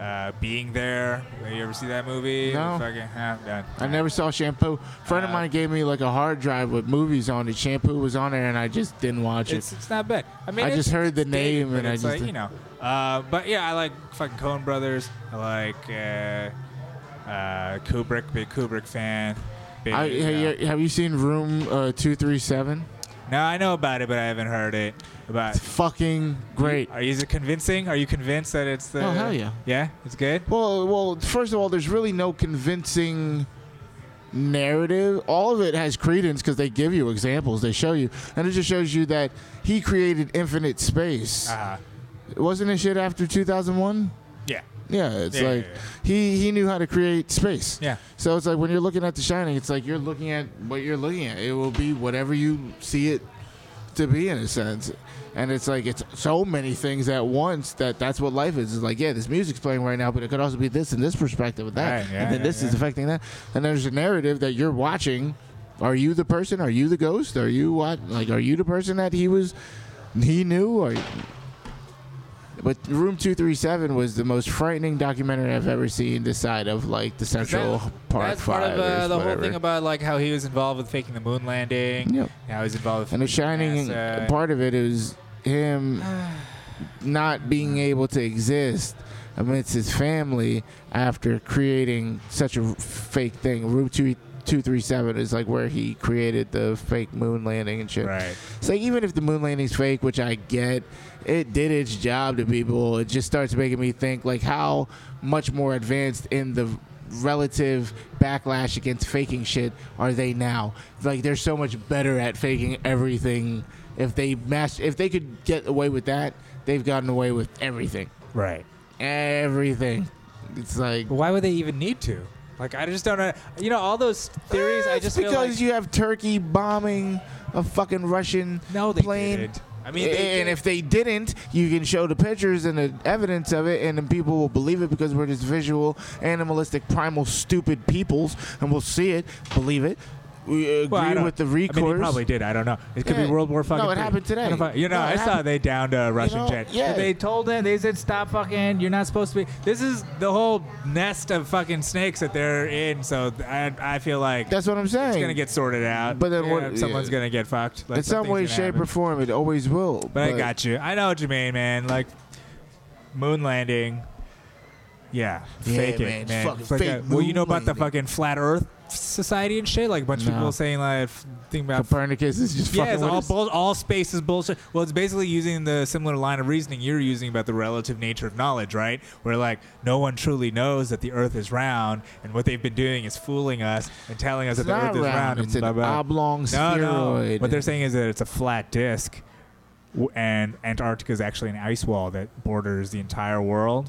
uh, Being There. You ever see that movie?
No.
Fucking, ah, done.
I never saw shampoo. friend of
Uh,
mine gave me like a hard drive with movies on it. Shampoo was on there, and I just didn't watch
It's,
it.
it's not bad. I mean,
I
it's-
just heard the
it's dated,
name and
but
I
it's
just-
like, you know. Uh, but yeah, I like fucking Coen Brothers. I like uh, uh, Kubrick. Big Kubrick fan. Big,
I,
you
have
know.
you- have you seen Room uh, Two Three Seven?
No, I know about it, but I haven't heard it. About
Fucking great.
are you is it convincing? Are you convinced that it's the?
Oh, hell yeah.
Yeah, it's good.
Well, well. First of all, there's really no convincing narrative. All of it has credence because they give you examples. They show you, and it just shows you that he created infinite space.
Uh,
Wasn't it shit after 2001?
yeah,
Yeah, it's
Yeah,
like
yeah,
he he knew how to create space.
yeah.
So it's like when you're looking at The Shining, it's like you're looking at what you're looking at. It will be whatever you see it to be, in a sense. And it's like it's so many things at once that that's what life is. It's like yeah, this music's playing right now, but it could also be this and this perspective of that,
Right, yeah,
and then
yeah,
this is
yeah.
affecting that. And there's a narrative that you're watching. Are you the person? Are you the ghost? Are you what? Like, are you the person that he was? He knew. Or, but Room Two Three Seven was the most frightening documentary I've ever seen. This side of like the Central Park
That's
Five
part of
or
uh, the whole
whatever.
thing about like how he was involved with faking the moon landing.
Yep.
How he's involved with
And the shining
NASA.
part of it is him not being able to exist amidst his family after creating such a fake thing. Room two two three seven is like where he created the fake moon landing and shit.
Right.
So even if the moon landing's fake, which I get, it did its job to people. It just starts making me think like how much more advanced in the relative backlash against faking shit are they now? Like they're so much better at faking everything. If they mas- if they could get away with that, they've gotten away with everything.
Right.
Everything. It's like
Why would they even need to? Like, I just don't know. You know, all those theories. I
It's
just
because
feel like,
you have Turkey bombing a fucking Russian
no, they
plane.
didn't. I mean,
and
they
if they didn't, you can show the pictures and the evidence of it, and then people will believe it because we're this visual, animalistic, primal, stupid peoples, and we'll see it, believe it. We agree
Well, I don't-
with the
I mean,
recourse.
they probably did. I don't know. It could
Yeah.
be World War fucking.
No, it
three.
happened today.
I don't fu- You know,
No, it
I saw
happened-
they downed a Russian
know,
jet.
yeah.
They told them. They said, "Stop fucking. You're not supposed to be." This is the whole nest of fucking snakes that they're in. So I, I feel like
That's what I'm saying.
it's gonna get sorted out.
But then
Yeah,
what-
Someone's
yeah.
gonna get fucked. Like,
in some
something's
way,
gonna
shape,
happen.
or form, it always will.
But I got you. I know what you mean, man. Like moon landing. Yeah,
Yeah,
fake
man,
it,
it's
man.
fucking
It's like
fake
a- well, you
moon
know about the
landing.
fucking flat Earth society and shit. Like a bunch of
No.
people saying like f- think about
Copernicus is just
Yeah,
fucking
it's
with
all,
us.
bull- all space is bullshit. Well, it's basically using the similar line of reasoning you're using about the relative nature of knowledge, right? Where, like, no one truly knows that the Earth is round, and what they've been doing is fooling us and telling us
It's
that the Earth
not
is round.
round.
and
It's an
blah, blah.
oblong
no, no.
spheroid.
What they're saying is that it's a flat disk, w- and Antarctica is actually an ice wall that borders the entire world,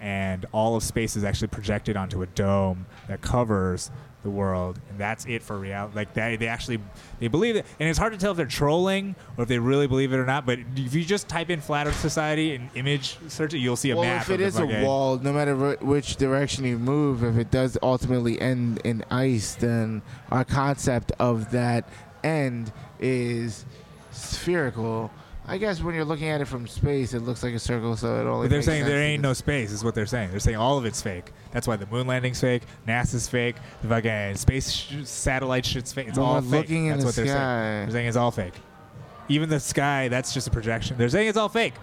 and all of space is actually projected onto a dome that covers the world, and that's it for reality. Like they, they actually they believe it, and it's hard to tell if they're trolling or if they really believe it or not. But if you just type in "flat Earth society" and image search it, you'll see a
well,
map.
if it
of
is
the
a
fucking-
wall, no matter wh- which direction you move, if it does ultimately end in ice, then our concept of that end is spherical. I guess when you're looking at it from space, it looks like a circle, so it only.
But they're
makes
saying
sense
there
to
ain't no space, is what they're saying. They're saying all of it's fake. That's why the moon landing's fake, NASA's fake, the fucking space sh- satellite shit's fake. It's
Well,
all
we're
fake.
looking in
that's
the
what they're
sky.
saying. They're saying it's all fake. Even the sky, that's just a projection. They're saying it's all fake.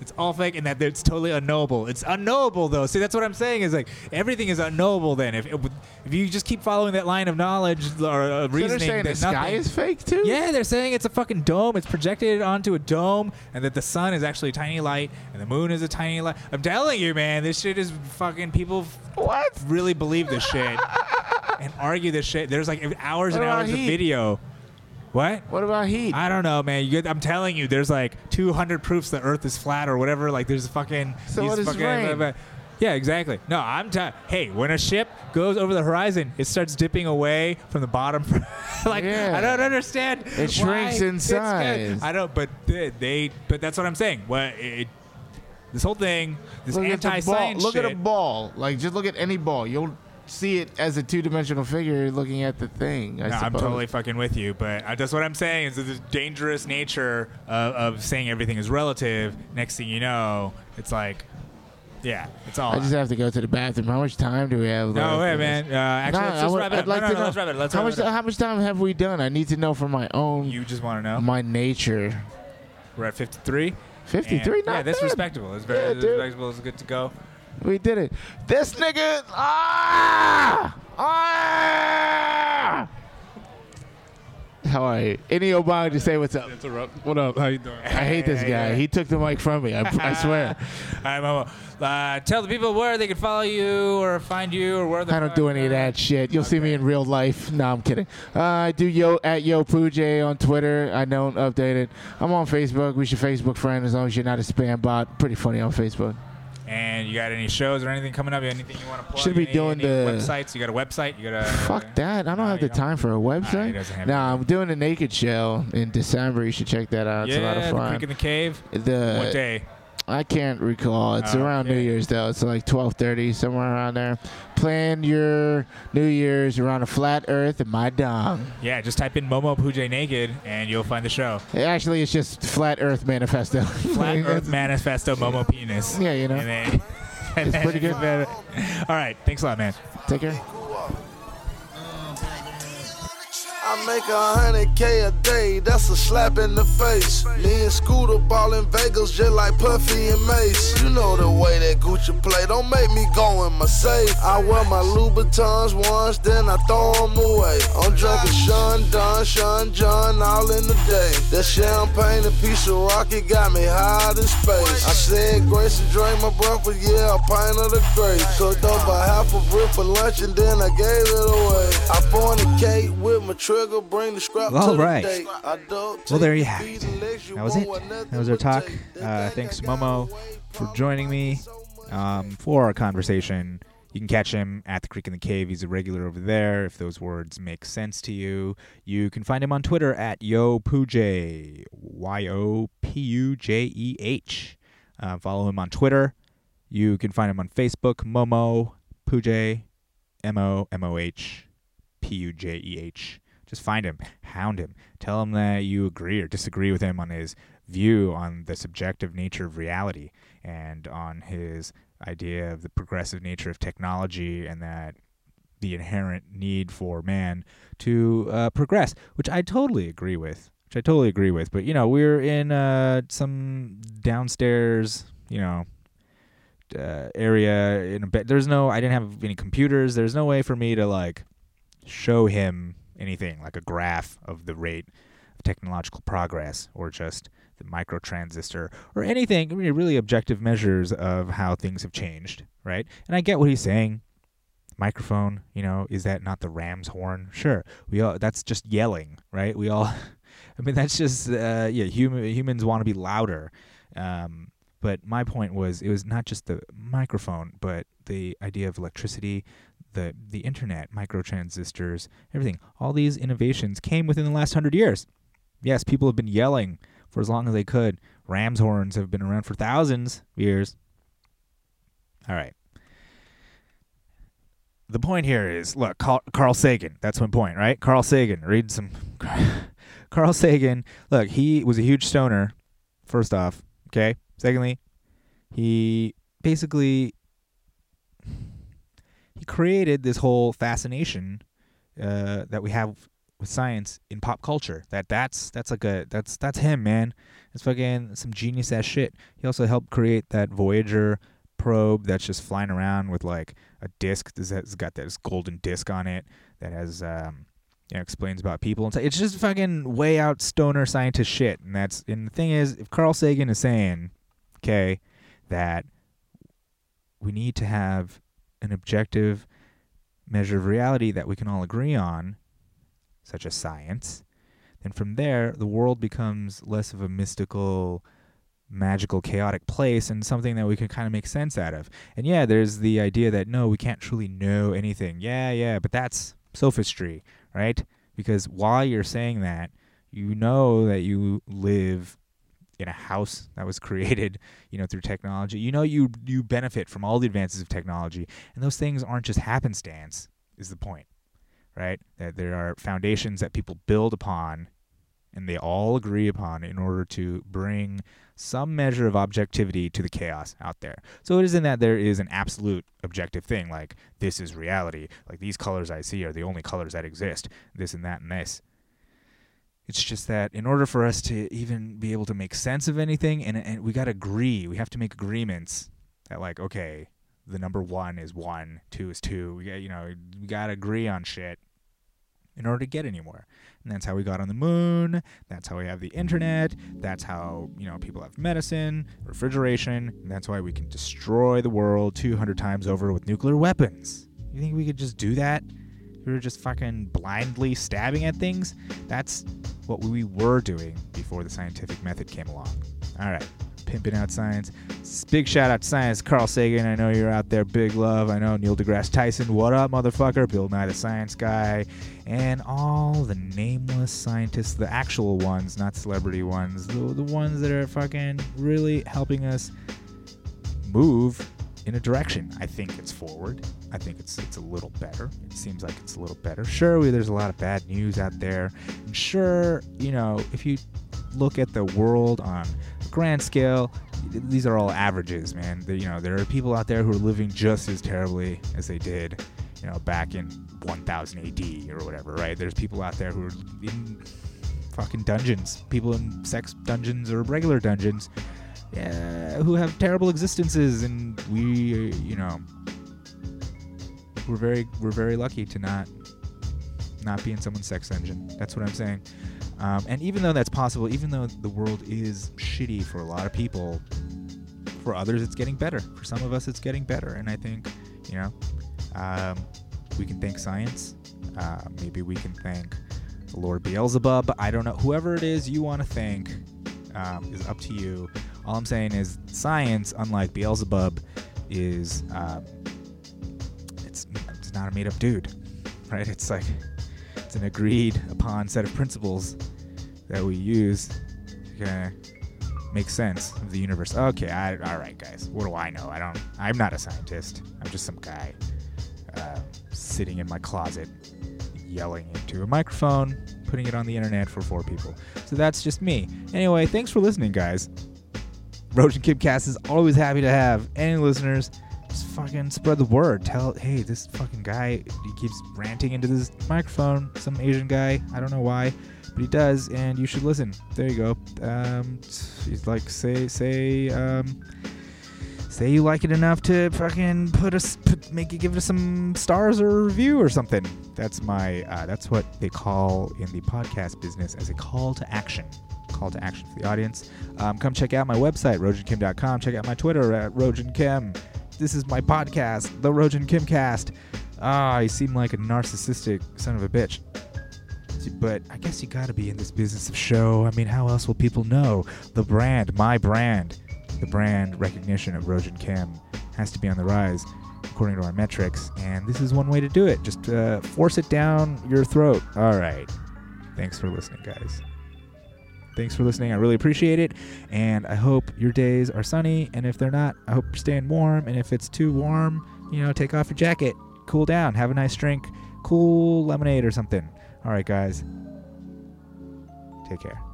It's all fake, and that it's totally unknowable. It's unknowable, though. See, that's what I'm saying. Is like everything is unknowable. Then, if if you just keep following that line of knowledge or uh,
So
reasoning,
they're saying
that
the sky
nothing-
is fake too.
yeah, they're saying it's a fucking dome. It's projected onto a dome, and that the sun is actually a tiny light, and the moon is a tiny light. I'm telling you, man, this shit is fucking. People f-
What?
really believe this shit and argue this shit. There's like hours
What
and
about
hours
heat?
of video. What?
What about heat?
I don't know, man. You get, I'm telling you, there's like 200 proofs the Earth is flat or whatever. Like there's fucking.
So
these
what is
fucking, uh,
rain?
Yeah, exactly. No, I'm. T- hey, when a ship goes over the horizon, it starts dipping away from the bottom. like
Yeah.
I don't understand. why
shrinks in
it's good.
size.
I don't. But they, they. But that's what I'm saying. What it, this whole thing, this
look at the ball.
anti-science
Look
shit.
at a ball. Like just look at any ball. You'll see it as a two-dimensional figure looking at the thing. I
No, I'm
suppose.
totally fucking with you, but I, that's what I'm saying is the dangerous nature of, of saying everything is relative. Next thing you know, it's like, yeah, it's all.
I just have to go to the bathroom. How much time do we have?
no,
left?
wait, man. Uh, actually,
Nah,
let's
I
just
would-
wrap it
I'd
up.
like
no, no,
to
no,
know.
let's wrap it. up. Let's
how
wrap
much
it up.
how much time have we done? I need to know for my own
You just want to know?
my nature.
We're at 53.
53,
and-
not
Yeah, that's
bad.
respectable. It's very
Yeah,
it's
dude.
respectable. It's good to go.
We did it. This nigga ah! ah! How are you? Any Obama to say what's up?
What up? How you doing?
I hate this guy. He took the mic from me. I, I swear.
All right, Momo. Uh, tell the people where they can follow you or find you or where. the
I don't
fuck-
do any of that shit. You'll see me in real life. No, I'm kidding. Uh, I do yo at yo Poojay on Twitter. I don't update it. I'm on Facebook. We should Facebook friend as long as you're not a spam bot. Pretty funny on Facebook.
And you got any shows or anything coming up? Anything you want to plug?
Should be
Any-
doing
any
the-
websites. You got a website? You got a
Fuck that. I don't
Nah,
have the
you don't.
time for a
Nah, he
website.
doesn't have
nah, I'm doing a naked show in December. You should check that out. It's a lot
yeah,
of
the Creek
fun.
in the Cave.
The,
what day?
I can't recall. It's
Oh,
around New
okay.
Year's though. It's like 12:30 somewhere around there. Plan your New Year's around a flat Earth and my dong.
Yeah, just type in Momo Pujay Naked and you'll find the show.
Actually, it's just Flat Earth Manifesto.
Flat
Like,
Earth Manifesto Momo Penis.
Yeah, you know.
And then, and then-
pretty good.
All right, thanks a lot, man.
Take care.
I make a hundred K a day, that's a slap in the face. Me and Scooter ball in Vegas just like Puffy and Mace. You know the way that Gucci play, don't make me go in my safe. I wear my Louboutins once, then I throw 'em away. I'm drunk as Sean Don, Sean John, all in the day. That champagne and piece of rocket got me high in space. I said grace and drank my breakfast, yeah, a pint of the grape. Cooked up a half a brick for lunch and then I gave it away. I fornicate with my trigger, bring the scrap
All
to
right.
the date. I duct
Well, there
tape
you have
these
it.
legs you
That was
won't
it.
want nothing
That was our
but
talk.
tape. They
Uh,
think I
thanks,
got
Momo,
away,
for
probably
joining me
so much
um, for our conversation. You can catch him at the Creek in the Cave. He's a regular over there. If those words make sense to you, you can find him on Twitter at Yo Pujay, Y O P U J E H. Uh, follow him on Twitter. You can find him on Facebook, Momo Pujay, M O M O H P U J E H. Just find him, hound him, tell him that you agree or disagree with him on his view on the subjective nature of reality and on his idea of the progressive nature of technology and that the inherent need for man to uh, progress, which I totally agree with. Which I totally agree with. But you know, we're in uh, some downstairs, you know, uh, area in a bed. There's no, I didn't have any computers. There's no way for me to like show him
anything like a graph of the rate of technological progress or just the microtransistor or anything I mean, really objective measures of how things have changed right and i get what he's saying microphone you know is that not the ram's horn sure we all that's just yelling right we all i mean that's just uh, yeah human, humans want to be louder um, but my point was it was not just the microphone but the idea of electricity the the internet microtransistors everything all these innovations came within the last 100 years yes people have been yelling for as long as they could ram's horns have been around for thousands of years all right the point here is look Carl, Carl Sagan that's one point right Carl Sagan read some Carl Sagan look he was a huge stoner first off okay secondly he basically he created this whole fascination uh, that we have with science in pop culture that that's that's like a that's that's him man it's fucking some genius ass shit he also helped create that voyager probe that's just flying around with like a disc that's got this golden disc on it that has um you know, explains about people and so it's just fucking way out stoner scientist shit and that's and the thing is if carl sagan is saying okay that we need to have an objective measure of reality that we can all agree on such as science then from there the world becomes less of a mystical magical chaotic place and something that we can kind of make sense out of and yeah there's the idea that no we can't truly know anything yeah yeah but that's sophistry right? Because while you're saying that, you know that you live in a house that was created, you know, through technology. You know you you benefit from all the advances of technology, and those things aren't just happenstance. Is the point, right? That there are foundations that people build upon, and they all agree upon in order to bring some measure of objectivity to the chaos out there. So it isn't that there is an absolute objective thing, like this is reality, like these colors I see are the only colors that exist, this and that and this. It's just that in order for us to even be able to make sense of anything, and, and we got to agree, we have to make agreements that, like, okay, the number one is one, two is two. We got, you know, we got to agree on shit in order to get anywhere. And that's how we got on the moon. That's how we have the internet. That's how, you know, people have medicine, refrigeration. And that's why we can destroy the world 200 times over with nuclear weapons. You think we could just do that? If We were just fucking blindly stabbing at things? That's what we were doing before the scientific method came along. All right. Pimping out science. S- Big shout out to science. Carl Sagan, I know you're out there. Big love. I know Neil deGrasse Tyson. What up, motherfucker? Bill Nye, the science guy. And all the nameless scientists, the actual ones, not celebrity ones, the, the ones that are fucking really helping us move in a direction. I think it's forward. I think it's it's a little better. It seems like it's a little better. Sure, we, there's a lot of bad news out there. And sure, you know, if you look at the world on a grand scale, th- these are all averages, man. The- you know, there are people out there who are living just as terribly as they did, you know, back in 1000 AD or whatever, right? There's people out there who are in fucking dungeons, people in sex dungeons or regular dungeons yeah, who have terrible existences, and we, uh, you know, we're very we're very lucky to not not be in someone's sex engine. That's what I'm saying. Um, and even though that's possible, even though the world is shitty for a lot of people, for others it's getting better. For some of us, it's getting better, and I think, you know, um, we can thank science. Uh, maybe we can thank the Lord Beelzebub. I don't know. Whoever it is you want to thank um, is up to you. All I'm saying is science, unlike Beelzebub, is um, it's it's not a made up dude, right? It's like it's an agreed upon set of principles that we use to kinda make sense of the universe. Okay, I, all right, guys. What do I know? I don't. I'm not a scientist. I'm just some guy uh, sitting in my closet yelling into a microphone, putting it on the internet for four people. So that's just me. Anyway, thanks for listening, guys. Roach and Kidcast is always happy to have any listeners. Just fucking spread the word. Tell, hey, this fucking guy, he keeps ranting into this microphone. Some Asian guy. I don't know why, but he does, and you should listen. There you go. Um, he's like, say, say, um, say you like it enough to fucking put us put, make it give us some stars or a review or something. That's my uh, that's what they call in the podcast business as a call to action. Call to action for the audience. Um, come check out my website rogenkim.com. Check out my Twitter at rogenkim. This is my podcast, the Rogen Kimcast. Ah, you seem like a narcissistic son of a bitch. But I guess you gotta be in this business of show. I mean, how else will people know? The brand, my brand, the brand recognition of Rogen Chem has to be on the rise according to our metrics. And this is one way to do it. Just uh, force it down your throat. All right. Thanks for listening, guys. Thanks for listening. I really appreciate it. And I hope your days are sunny. And if they're not, I hope you're staying warm. And if it's too warm, you know, take off your jacket, cool down, have a nice drink, cool lemonade or something. All right, guys. Take care.